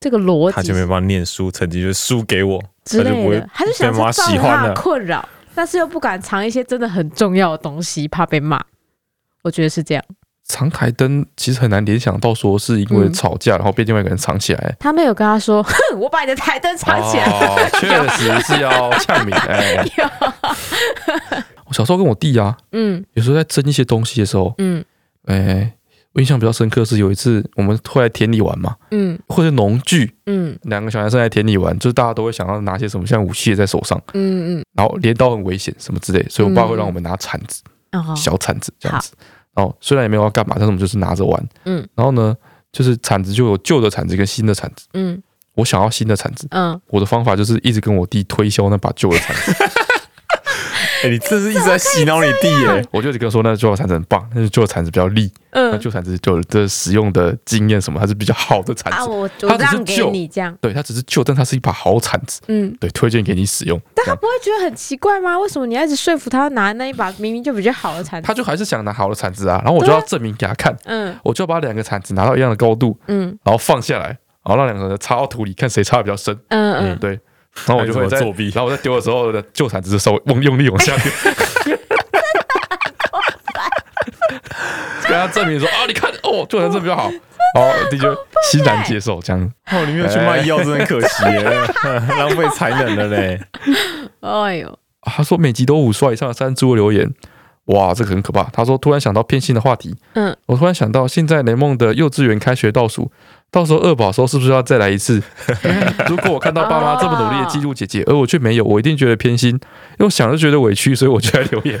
A: 这个逻
C: 他
A: 辑
C: 就没办法念书，成绩就输
A: (laughs)
C: 给我，
A: 之
C: 他就
A: 类
C: 不
A: 的
C: 会，
A: 他就想
C: 被
A: 说
C: 妈
A: 造
C: 喜
A: 成
C: 欢
A: 他的
C: 了
A: 困扰，但是又不敢藏一些真的很重要的东西，怕被骂。我觉得是这样。
B: 长台灯其实很难联想到说是因为
A: 嗯
B: 吵架，然后被另外一个人藏起来。
A: 他妹有跟他说：“ (laughs) 哼，我把你的台灯藏起来。
B: 哦，确实是要呛你。哎， (laughs)
C: 哦
B: 我小时候跟我弟啊，
A: (laughs) 嗯
B: 有时候在争一些东西的时候，
A: 嗯
B: 哎，我印象比较深刻是有一次我们会来田里玩嘛，
A: 嗯
B: 或者农具，
A: 嗯
B: 两个小男生在田里玩，就是大家都会想要拿些什么像武器在手上，
A: 嗯
B: 然后镰刀很危险什么之类，所以我爸会让我们拿铲子，
A: 嗯，哦，
B: 小铲子这样子。然后虽然也没有要干嘛，但是我们就是拿着玩。
A: 嗯
B: 然后呢，就是铲子就有旧的铲子跟新的铲子，
A: 嗯
B: 我想要新的铲子，
A: 嗯，
B: 我的方法就是一直跟我弟推销那把旧的
A: (laughs)
B: 铲子。
C: 哎，你这是一直在洗脑你弟耶，
B: 我就只跟他说，那旧的铲子很棒，但是旧的铲子比较利，那
A: 嗯
B: 旧铲子就有这使用的经验什么，它是比较好的铲
A: 啊，
B: 子。
A: 我
B: 他
A: 我
B: 只是
A: 让给
B: 旧
A: 你这样，
B: 对，它只是旧，但它是一把好铲子，
A: 嗯。”
B: 对，推荐给你使用。
A: 但
B: 这
A: 他
B: 样
A: 不会觉得很奇怪吗？为什么你要一直说服他要拿那一把明明就比较好的铲子？
B: 他就还是想拿好的铲子啊，然后我就要证明给他看，
A: 嗯
B: 我就要把两个铲子拿到一样的高度，
A: 嗯
B: 然后放下来，然后让两个人插到土里，看谁插的比较深。
A: 嗯
B: 嗯，
A: 嗯，
B: 对。然后我就会在
C: 还是我作弊
B: 然后我在丢的时候，旧铲子就稍微用用力往下丢。跟他证明说啊，你看哦，旧铲子比较好，然后弟就欣然接受这样。
C: 哦，你没有去卖药，真的很可惜 (laughs) 耶，浪费才能了嘞。
A: 哎呦，
B: 啊他说每集都五刷以上的三株留言，哇，这个很可怕。他说突然想到偏心的话题，
A: 嗯，
B: 我突然想到现在雷梦的幼稚园开学倒数，到时候二宝说是不是要再来一次？ (laughs) 如果我看到爸妈这么努力的记录姐姐，而我却没有，我一定觉得偏心，因为我想就觉得委屈，所以我就来留言。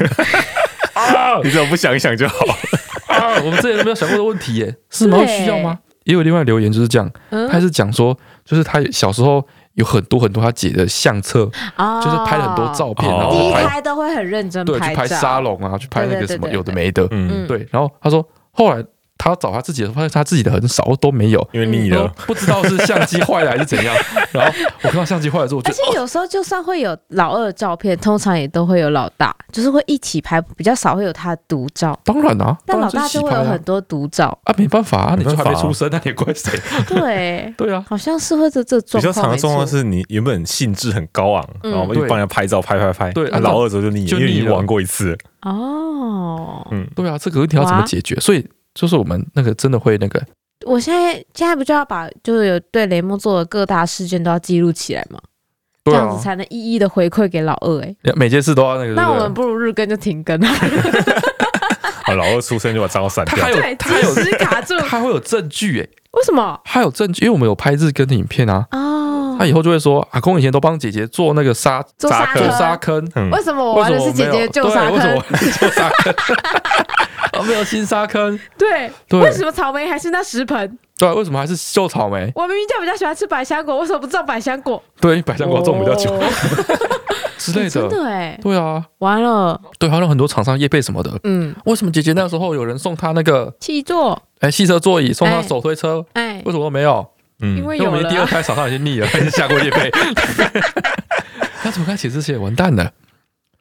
B: 啊
C: 你怎么不想一想就好？
B: 啊！ (laughs) 我们之前都没有想过的问题耶，是吗？
A: 对
B: 需要吗？也有另外留言就是这样，
A: 嗯
B: 他是讲说，就是他小时候有很多很多他姐的相册，
A: 啊
B: 就是拍了很多，照片，
C: 哦
B: 然后
A: 第一
B: 拍
A: 胎都会很认真
B: 对，去拍
A: 照
B: 沙，龙啊，去拍那
A: 对
B: 个
A: 对对
B: 什么
A: 对
B: 有的没的，
C: 嗯，
B: 对。然后他说，后来他找他自己的，发现他自己的很少，都没有，
C: 因为腻
B: 然
A: 嗯
B: 后
C: 了，
B: 不知道是相机坏了还是
C: (laughs)
B: 怎样。然后我看到相机坏了之后，我就哦
A: 而且有时候就算会有老二的照片，通常也都会有老大，就是会一起拍，比较少会有他的独照。
B: 当然啊，
A: 但
B: 当
A: 老
B: 然
A: 大
B: 是
A: 就
B: 洗
A: 会
B: 拍
A: 有
B: 啊
A: 很，多独照，
B: 啊没办法啊，你
C: 没
B: 就
C: 办
B: 还
C: 法
B: 没
C: 啊
B: 出生，那你也怪谁？
A: 对，
B: 对啊，
A: 好像是会这这
C: 比
A: 状
C: 较
A: 况。
C: 常的状况
A: 没错，
C: 是你原本兴致很高昂，
A: 嗯
C: 然后一帮人家拍照，拍拍拍，
B: 对
C: 啊老二时候就腻
B: 就
C: 了，
B: 腻了
C: 因为你已经玩过一次，
A: 哦，
C: 嗯，
B: 对啊，这个问题要怎么
A: 哇
B: 解决？所以就是我们那个真的会那个，
A: 我现在现在不就要把就是有对雷蒙做的各大事件都要记录起来吗？这
B: 对
A: 样
B: 啊
A: 子，才能一一的回馈给老二、欸。
B: 每件事都要那个。
A: 那我
B: 对
A: 们
B: 不对
A: 不如日更就停更了。
C: 啊老二出生就把账号删
B: 他还
C: 掉，
B: 有
A: (laughs) 对，
B: 他还有
A: 及时卡住。
B: 他会有证据诶，
A: 为什么？
B: 他有证据，因为我们有拍日更的影片啊。
A: 哦
B: 他，以后就会说，阿公以前都帮姐姐做那个沙
A: 做
C: 扎
A: 沙
C: 克
B: 做
A: 坑？
B: 沙坑，
C: 嗯
A: 为，什么我
B: 为
A: 玩
B: 什
A: 的
B: 么
A: 是姐姐的旧沙
B: 没有对
A: 坑？
B: 为什么我玩的是旧沙坑？啊，没有新沙坑，
A: 对，
B: 对
A: 为什么草莓还是那十盆？
B: 对啊，为什么还是旧草莓？
A: 我明明就比较喜欢吃百香果，为什么不种百香果？
B: 对，百香果种比较久
A: 哦
B: 之类
A: 真
B: 的。
A: 的哎，
B: 对啊，
A: 完了，
B: 对，还有很多厂商业配什么的。
A: 嗯，
B: 为什么姐姐那时候有人送她那个
A: 气座，
B: 哎汽车座椅，送她
A: 哎
B: 手推车？
A: 哎
B: 为，什么都没有？
C: 嗯
A: 因为
B: 因为我
A: 有
B: 们
A: 了
B: 第二
A: 啊，
B: 胎厂商已经腻了，已
A: (laughs)
B: 经下过业 (laughs) 配。他怎么开始这些？完蛋了，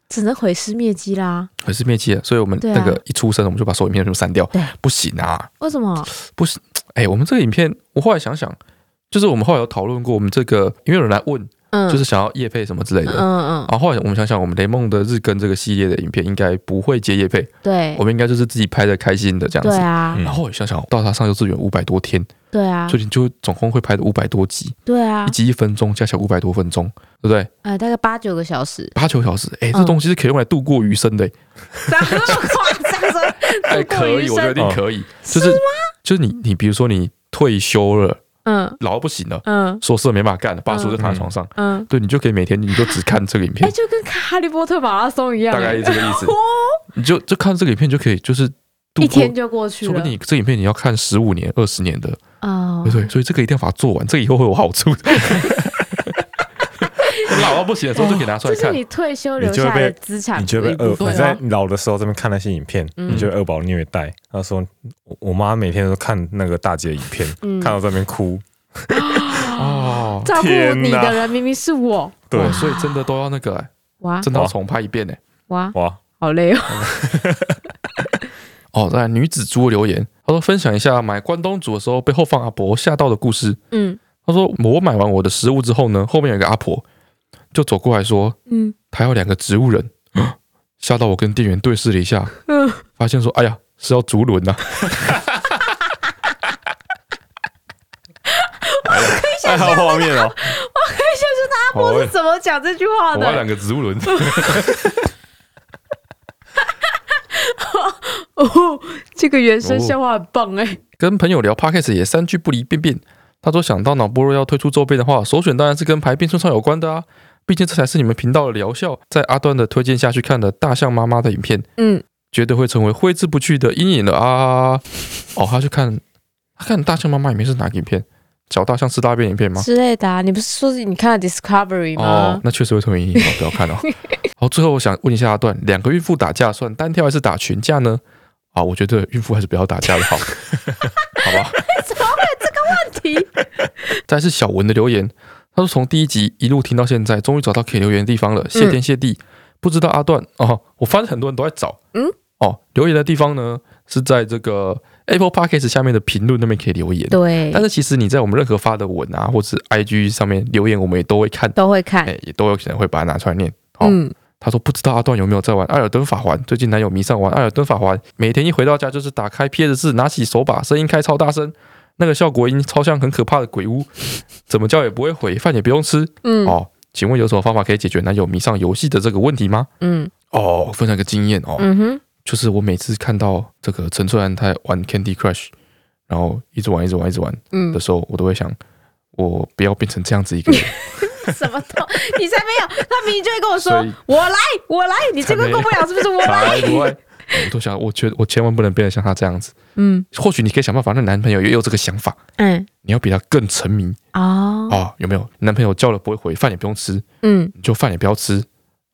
A: 只能毁尸灭迹啦。
B: 可是灭迹了。所以我们
A: 对啊
B: 那个一出生，我们就把所有影片全部删掉
A: 对。
B: 不行啊，
A: 为什么？
B: 不是，哎，我们这个影片，我后来想想，就是我们后来有讨论过，我们这个因为有人来问，
A: 嗯，
B: 就是想要夜配什么之类
A: 嗯
B: 的。
A: 嗯，嗯
B: 然后后来我们想想，我们雷梦的日更这个系列的影片应该不会接夜配，
A: 对
B: 我，们应该就是自己拍的开心的这样
A: 对
B: 子。
A: 啊，
B: 然后我想想，到他上幼稚园五百多天，
A: 对啊
B: 所，以你就总共会拍的五百多集，
A: 对啊
B: 一，集一分钟加起来五百多分钟，对不对？，
A: 呃，大概八九个小时
C: (laughs)
B: 八九小时，哎，
A: 嗯
B: 这东西是可以用来度过余生的，欸
A: 咋那么夸张？说
B: (laughs) 哎，
A: 度过
B: 可
A: 余
B: 以，我觉得一
A: 生？
B: 定可以，哦就是就是你你比如说你退休了，
A: 嗯
B: 老到不行了，
A: 嗯
B: 硕士没办法干了，爸叔就躺在床上，
A: 嗯。
B: 对你就可以每天你就只看这个影
A: (laughs) 哎、
B: 片，
A: 就跟看《哈利波特》马拉松一样、
B: 大概
A: 哎
B: 是这个意思
A: 哦，
B: 你就就看这个影片就可以，就是度
A: 一
B: 过，
A: 天就过去
B: 说不
A: 了
B: 定你这影片你要看十五年、二十年的，
A: 啊
B: 对不对，所以这个一定要把它做完，这个以后会有好处。 (laughs) 老到不行的时候就可以拿出
G: 这
B: 来
G: 是
B: 看
G: 你，退休
C: 你
G: 留
C: 就会
G: 下来的
C: 被
G: 资产
C: 你就
G: 的
C: 会
G: 一
C: 被
G: 部分，
C: 二，你
A: 啊
C: 在老的时候这边看那些影片，
A: 嗯
C: 你就会二宝虐待。他说我妈每天都看那个大姐影片，
A: 嗯
C: 看到这边哭。
B: 哦，
A: 照顾
C: 天
A: 你
C: 哪
A: 的人明明是我，
C: 对，
B: 哇所以真的都要那个、欸，
A: 哇
B: 真的要重拍一遍呢、欸
A: 哇，
C: 哇，
A: 好累哦，
B: 哦，再来女子猪留言，她说分享一下买关东煮的时候被后方阿婆吓到的故事。
A: 嗯
B: 她说我买完我的食物之后呢，后面有个阿婆就走过来说，
A: 嗯
B: 她有两个植物人，吓到我跟店员对视了一下，
A: 嗯，
B: 发现说，哎呀，是要竹轮呐、
C: 哎，好画面哦！
A: 我
C: 我
A: 是怎么讲这句话
B: 我要
C: 啊
B: 两
A: 的？
B: 个植物人。
A: 哦，这个原声笑话很棒哎，
B: (laughs) 跟朋友聊 podcast 也三句不离便便。他说想到脑波弱要推出周边的话，首选当然是跟排便顺畅有关的啊，毕竟这才是你们频道的疗效。在阿端的推荐下去看的大象妈妈的影片，
A: 嗯，
B: 绝对会成为挥之不去的阴影了啊！哦，他去看他看大象妈妈里面是哪个影片？小大象吃大便影片吗？
A: 之类的啊，你不是说是你看了 Discovery
B: 哦
A: 吗，？
B: 那确实会成为阴影哦，不
A: (laughs)
B: 要看哦。好，最后我想问一下阿段，两个孕妇打架算单挑还是打群架呢？啊，我觉得孕妇还是不要打架
A: (laughs)
B: 的好，好吧？
A: 题
B: (laughs) 再来是小文的留言，他说从第一集一路听到现在，终于找到可以留言的地方
A: 嗯
B: 了，谢天谢地。不知道阿段哦，我发现很多人都在找，
A: 嗯，
B: 哦，留言的地方呢是在这个 Apple Podcast 下面的评论那边可以留言，
A: 对
B: 但，是其实你在我们任何发的文啊，或是 IG 上面留言，我们也都会看，
A: 都会看
B: 哎、，也都有可能会把它拿出来念。哦，
A: 嗯，
B: 他说不知道阿段有没有在玩《艾尔登法环》，最近男友迷上玩《艾尔登法环》，每天一回到家就是打开 PS 四，拿起手把，声音开超大声，那个效果音超像很可怕的鬼屋，怎么叫也不会回，饭也不用吃。
A: 嗯
B: 哦，请问有什么方法可以解决男友迷上游戏的这个问题吗？
A: 嗯
B: 哦，分享一个经验哦，
A: 嗯哼，
B: 就是我每次看到这个陈翠兰她玩 Candy Crush，然后一直玩一直玩一直玩的
A: 嗯，
B: 时候，我都会想，我不要变成这样子一个人。
A: (laughs) 什么都，你才没有，他明明就会跟我说
B: 所以，
A: 我来，我来，你这
B: 才
A: 个
B: 没
A: 过不了，是不是我来？
B: 才不会。我都想，我觉得我千万不能变得像他这样子。
A: 嗯
B: 或许你可以想办法让男朋友也有这个想法，
A: 嗯，
B: 你要比他更沉迷
A: 哦
B: 啊、，有没有？男朋友叫了不会回，饭也不用吃，
A: 嗯
B: 你就饭也不要吃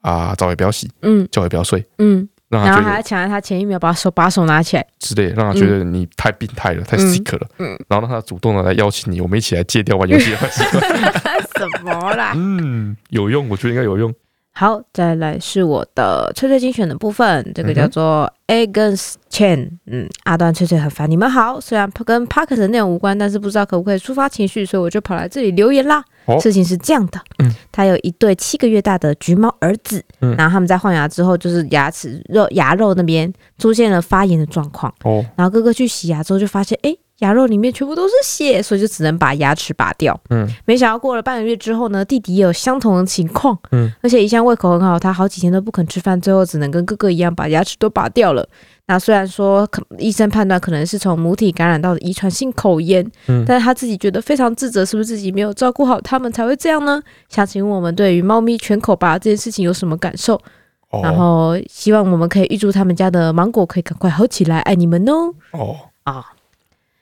B: 啊，澡也不要洗，
A: 嗯
B: 觉也不要睡，
A: 嗯，
B: 让
A: 然
B: 他
A: 后
B: 觉
A: 还要
B: 得
A: 抢在他前一秒把手把手拿起来， (laughs)
B: 之类的，让他觉得你太病态了，太 sick 了，
A: 嗯
B: 然后让他主动的来邀请你，我们一起来戒掉玩游戏的
A: (laughs)
B: 坏习惯。
A: 什么啦？
B: 嗯，有用，我觉得应该有用。
A: 好，再来是我的翠翠精选的部分，这
B: 嗯
A: 个
B: 哼
A: 叫做 Agnes Chen，嗯，阿端翠翠很烦你们好，虽然跟 Park 的内容无关，但是不知道可不可以抒发情绪，所以我就跑来这里留言啦。
B: 哦
A: 事情是这样的，
B: 嗯
A: 他有一对七个月大的橘猫儿子，
B: 嗯
A: 然后他们在换牙之后，就是牙齿肉牙肉那边出现了发炎的状况，
B: 哦，
A: 然后哥哥去洗牙之后就发现，诶，牙肉里面全部都是血，所以就只能把牙齿拔掉。
B: 嗯，
A: 没想到过了半个月之后呢，弟弟也有相同的情况，
B: 嗯，
A: 而且一向胃口很好，他好几天都不肯吃饭，最后只能跟哥哥一样把牙齿都拔掉了。那虽然说可医生判断可能是从母体感染到的遗传性口炎，
B: 嗯
A: 但是他自己觉得非常自责，是不是自己没有照顾好他们才会这样呢？想请问我们对于猫咪全口拔这件事情有什么感受？然
B: 哦，
A: 后希望我们可以预祝他们家的芒果可以赶快好起来，爱你们哦！
B: 哦，
A: 啊，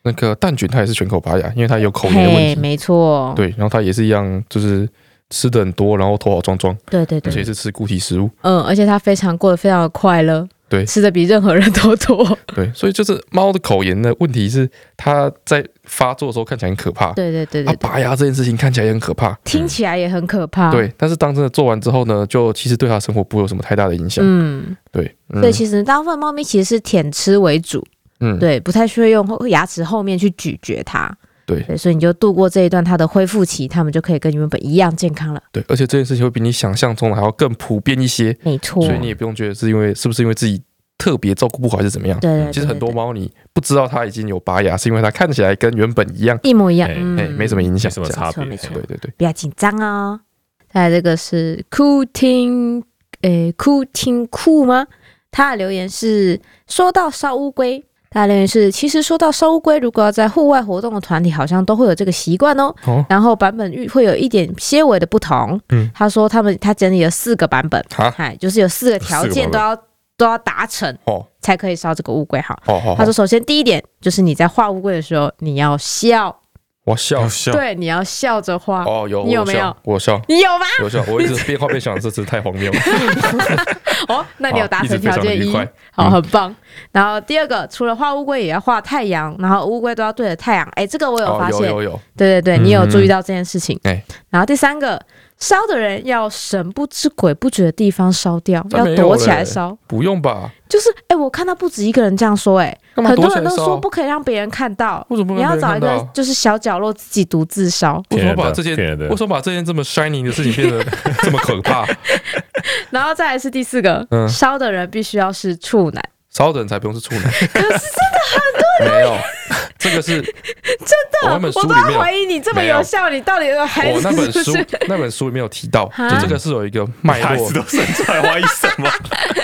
B: 那个蛋卷它也是全口拔牙，因为它有口炎的
A: 嘿，
B: 问题。
A: 没错，
B: 对，然后它也是一样，就是吃的很多，然后头好壮壮，
A: 对对
B: 而且
A: 对，
B: 是吃固体食物。
A: 嗯，而且他非常过得非常的快乐，
B: 对
A: 吃的比任何人都多，
B: 对，所以就是猫的口炎的问题是，它在发作的时候看起来很可怕，
A: (laughs) 对对对
B: 它
A: 对啊对，
B: 拔牙这件事情看起来也很可怕，
A: 听起来也很可怕，，
B: 对。但是当真的做完之后呢，就其实对它的生活不会有什么太大的影响，
A: 嗯，
B: 对，嗯
A: 所以其实大部分猫咪其实是舔吃为主，
B: 嗯，
A: 对，不太需要用后牙齿后面去咀嚼它，
B: 对
A: 对，所以你就度过这一段它的恢复期，它们就可以跟原本一样健康了，
B: 对，而且这件事情会比你想象中的还要更普遍一些，
A: 没错，
B: 所以你也不用觉得是因为是不是因为自己特别照顾不好还是怎么样。嗯
A: 对对对
B: 其实很多
A: 对对
B: 猫你不知道它已经有拔牙，是因为它看起来跟原本一样，
A: 一模一样，
C: 哎
B: 哎，
A: 嗯，
B: 没什么影响，
C: 没什么
B: 这样
C: 差
A: 没错没
C: 别。
A: 错
B: 对对对，
A: 不要紧张哦。再来这个是酷听，诶，酷听酷吗？他的留言是说到烧乌龟，他的留言是其实说到烧乌龟，如果要在户外活动的团体，好像都会有这个习惯哦。
B: 哦，
A: 然后版本会有一点些微的不同。
B: 嗯
A: 他说他们他整理了四个版本，
B: 好，
A: 哎，就是有四个条
C: 四
A: 件
C: 个版本
A: 都要都要达成
B: 哦
A: 才可以烧这个乌龟好。
B: 好好
A: 他
B: 好
A: 说，，首先第一点就是你在画乌龟的时候，你要笑，
B: 我笑
C: 好。笑，
A: 对，你要笑着画。
B: 哦，有
A: 你有
B: 我
A: 没有
B: 笑？我笑，
A: 你有吗？
B: 我笑，我一直边画边想，这次太荒谬了。
A: (laughs) 哦，那你有达
B: 好一直
A: 成条
B: 非常
A: 件
B: 地愉
A: 一
B: 快，
A: 好，
B: 嗯
A: 很棒。然后第二个，除了画乌龟，也要画太阳，然后乌龟都要对着太阳。哎，这个 (laughs) 我有
B: 哦，
A: 发
B: 有
A: 现，
B: 有有，
A: 对对对，你有
B: 嗯
A: 注意到这件事情。
B: 哎
A: 然后第三个，烧的人要神不知鬼不觉的地方烧掉，
B: 这
A: 要
B: 啊没有
A: 躲起来
B: 嘞
A: 烧。
B: 不用吧？
A: 就是，哎，我看到不止一个人这样说，哎，
B: 干嘛
A: 很
B: 躲
A: 多
B: 起
A: 人
B: 来
A: 都说
B: 烧？
A: 不可以让别人看到，
B: 为什么不
A: 你
B: 能
A: 要
B: 让别人
A: 找一
B: 看
A: 个
B: 到？
A: 就是小角落自己独自烧。
B: 为什么把
C: 骗人的
B: 这件
C: 骗人的
B: 为什么把这件这么 shiny 的事情变得 (laughs) 这么可怕？
A: 然后再来是第四个，
B: 嗯
A: 烧的人必须要是处男，
B: 烧的人才不用是处男。没有，这个是真的。我那本书
A: 我都
B: 里面
A: 要
B: 有
A: 怀疑你这么
B: 没有
A: 有效，你到底有孩
B: 我
A: 子
B: 那本
A: 是不
B: 书
A: 是？
B: 那本书里面有提到，
A: 哈
B: 就这个是有一个脉
C: 孩
B: 络
C: 子，都生出来怀疑什么？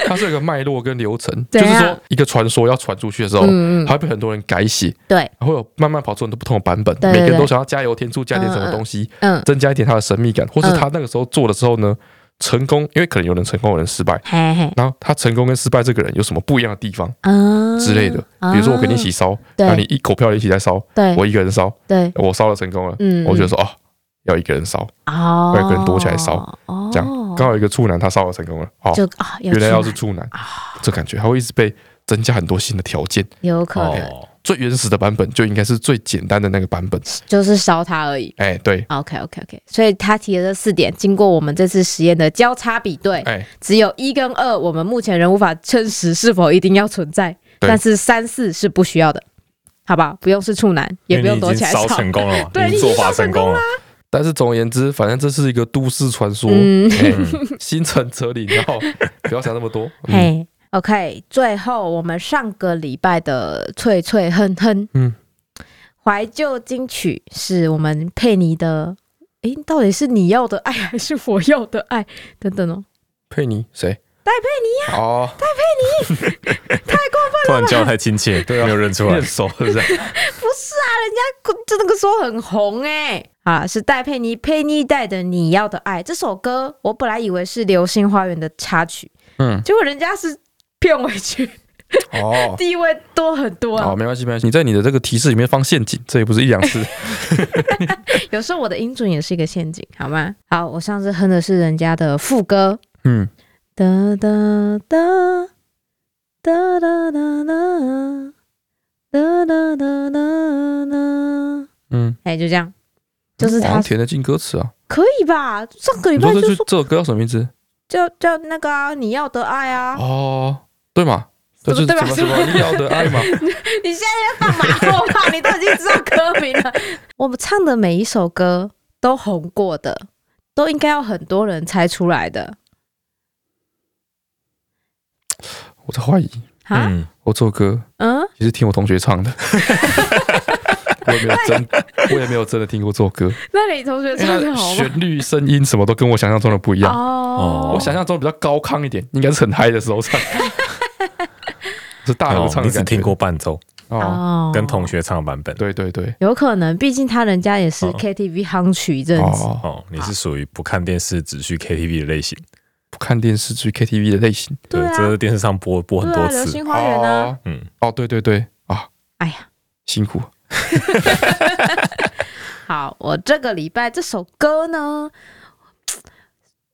B: 它是有一个脉络跟流程，就
A: 怎
B: 是
A: 样
B: 说一个传说要传出去的时候，
A: 嗯嗯，
B: 它会被很多人改写，
A: 对，
B: 会有慢慢跑出很多不同的版本，
A: 对对
B: 每个人
A: 对
B: 都想要加油添醋，加点什么东西，
A: 嗯，
B: 增加一点它的神秘感，或是
A: 嗯
B: 他那个时候做的时候呢，成功，因为可能有人成功，有人失败。
A: 嘿嘿，
B: 然后他成功跟失败这个人有什么不一样的地方
A: 啊
B: 之类的？比如说我跟你一起，烧，
A: 对
B: 然后你一口票一起在烧，
A: 对
B: 我一个人烧，
A: 对，
B: 我烧了成功了，
A: 嗯，
B: 我就说哦，要一个人烧，
A: 哦，
B: 外国人躲起来烧，这样
A: 哦
B: 刚好有一个处男他烧了成功了，哦，
A: 就啊，有
B: 原来要
A: 处
B: 是
A: 男啊
B: 处男，这感觉他会一直被增加很多新的条件。
A: 有可能
C: 哦，
B: 最原始的版本就应该是最简单的那个版本，
A: 就是烧他而已。
B: 哎，对，
A: OK OK OK，所以他提的这四点，经过我们这次实验的交叉比对，
B: 哎，
A: 只有一跟二，我们目前仍无法证实是否一定要存在，
B: 对
A: 但是三四是不需要的，好吧？不用是处男，也
C: 因
A: 不
C: 为
A: 用
C: 你
A: 躲
C: 已
A: 起
C: 经
A: 来
C: 烧
A: 烧。
C: 成功了嘛，
A: 对
C: 你已经做法成功了，
B: 但是总而言之，反正这是一个都市传说，
A: 嗯
B: 哎，心诚则灵，然
A: (laughs)
B: 后不要想那么多，嗯，
A: 嘿，OK，最后我们上个礼拜的脆脆哼哼，
B: 嗯
A: 怀旧金曲是我们佩妮的，诶，到底是你要的爱还是我要的爱？等等哦，
B: 佩妮谁？戴
A: 啊
B: 佩妮呀，哦，
C: 突然叫得太亲切，
A: 啊
C: 没有认出
B: 你
C: 来
B: 很，熟是不是？啊
A: 就那个时候很红哎、啊，是戴佩妮佩妮带的《你要的爱》这首歌，我本来以为是《流星花园》的插曲，
B: 嗯，
A: 结果人家是片尾曲，
B: 哦。
A: 地位多很多啊
B: 好，。没关系，没关系。你在你的这个提示里面放陷阱，这也不是一两次。
A: (laughs) 有时候我的音准也是一个陷阱，好吗？好，我上次哼的是人家的副歌，
B: 嗯，
A: 哒哒哒哒哒哒哒哒哒哒哒哒，
B: 嗯，
A: 哎，就这样，就是
B: 好
A: 他
B: 像填得进歌词啊。
A: 可以吧？上个礼
B: 你
A: 拜
B: 说这
A: 就
B: 句
A: 说
B: 这首歌叫什么名字？
A: 叫叫那个啊，你要的爱啊，
B: 哦，对嘛，这就是
A: 对
B: 怎
A: 吧
B: 么什么你要
A: (laughs)
B: 的爱嘛。
A: 你现在在放马后炮，你都已经知道歌名了。我们唱的每一首歌都红过的，都应该要很多人猜出来的
B: 我在怀疑，
A: 啊？
C: 嗯，
B: 我这首歌
A: 嗯，
B: 其实听我同
A: (laughs)
B: 学唱的，我也没有真，我也没有真的听过这首
A: (laughs)
B: 歌，
A: 那你同学
B: 因为
A: 唱
B: 它
A: 的好吗？
B: 旋律、声音什么都跟我想象中的不一样。
A: 哦，
B: 我想象中比较高亢一点，应该是很嗨的时候
C: (laughs)
B: 唱，是大合
C: 哦
B: 唱
C: 你
B: 的
C: 只
B: 感觉。
C: 听过伴奏，
B: 哦，
C: 跟同学唱的版本，
B: 对对对，
A: 有可能，毕竟他人家也是
C: 哦
A: KTV 夯曲一阵子。
B: 哦，
C: 哦，你是属于不看电视只去 KTV 的类型，
B: 不看电视剧 KTV 的类型。
A: 对啊
C: 这是电视上播播很
A: 对
C: 多
A: 啊，流
C: 次，
A: 星花园啊，
B: 哦，
C: 嗯，
B: 哦，对对对，啊，
A: 哎呀，
B: 辛苦。
A: 好，我这个礼拜这首歌呢，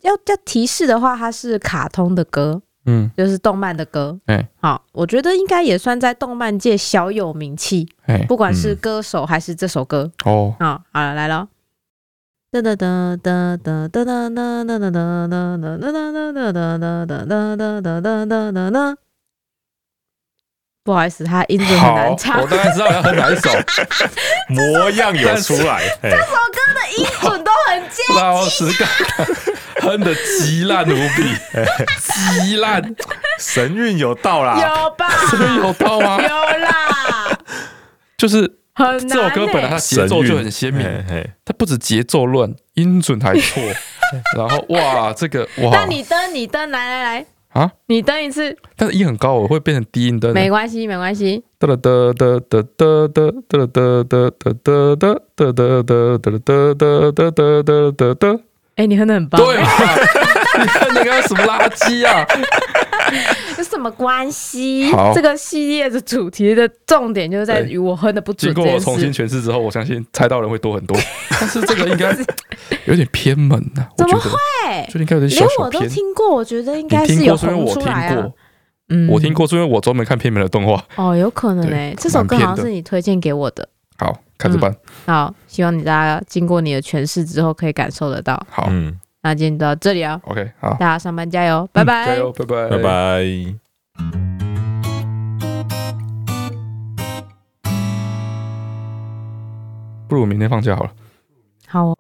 A: 要要提示的话，它是卡通的歌，
B: 嗯，
A: 就是动漫的歌。
B: 哎
A: 好，我觉得应该也算在动漫界小有名气，
B: 哎，
A: 不管是
C: 嗯
A: 歌手还是这首歌。
B: 哦，
A: 啊、好了，来了。哒哒哒哒哒哒哒哒哒哒哒哒哒哒哒哒哒哒哒哒哒哒哒哒哒。不好意思，他音准很
B: 好，
A: 难唱。
B: 我大概知道要哼哪一
A: (laughs)
B: 首。
C: 模样有出来，哎，
A: 音准都很尖。
B: 老实干，哼的极烂无比，极烂，
C: 神韵有到啦，
A: 有吧？
B: 真有道吗？
A: 有啦，
B: 就是
A: 很难、欸。
B: 这首歌本来它节奏就很鲜明，
C: 哎哎
B: 它不止节奏乱，音准还
A: (laughs)
B: 错，然后哇，这个
A: 那
B: 哇
A: 你登，你登，来来来，
B: 啊，
A: 你登一次，
B: 但是音很高，我会变成低音的。
A: 没关系，没关系。
B: 哒哒哒哒哒哒哒哒哒哒哒哒哒哒哒哒哒哒哒哒哒哒哒哒，
A: 哎、你哼的很棒。
B: 对吧？你看那个什么垃圾啊！
A: 有什么关系
B: 好？
A: 这个系列的主题的重点就是在于我哼的不
B: 经
A: 准这
B: 过我
A: 件
B: 重新
A: 事。
B: 诠释之后，我相信猜到的人会多很多。但是这个应该有点偏门呐、我
A: 怎
B: 觉
A: 么
B: 得
A: 哎，
B: 就应该有点
A: 连
B: 小小
A: 我都
B: 偏。
A: 听过，我觉得应
B: 你
A: 该是
B: 听
A: 有
B: 过是因为
A: 红
B: 我
A: 出
B: 听
A: 来啊
B: 过。，
A: 嗯
B: 我听过是因为我专门看偏门的动画。
A: 哦，有可能
B: 对
A: 哎，这首
B: 蛮
A: 歌
B: 偏
A: 好像
B: 的
A: 是你推荐给我的。
B: 好，开始办。
D: 好，希望你大家经过你的诠释之后可以感受得到。
B: 好
C: 嗯，
D: 那今天就到这里啊，
B: ，OK，好，
D: 大家上班加油，拜拜。
B: 嗯加油，拜拜，
C: 拜拜。
B: 不如我明天放假好了。
D: 好哦。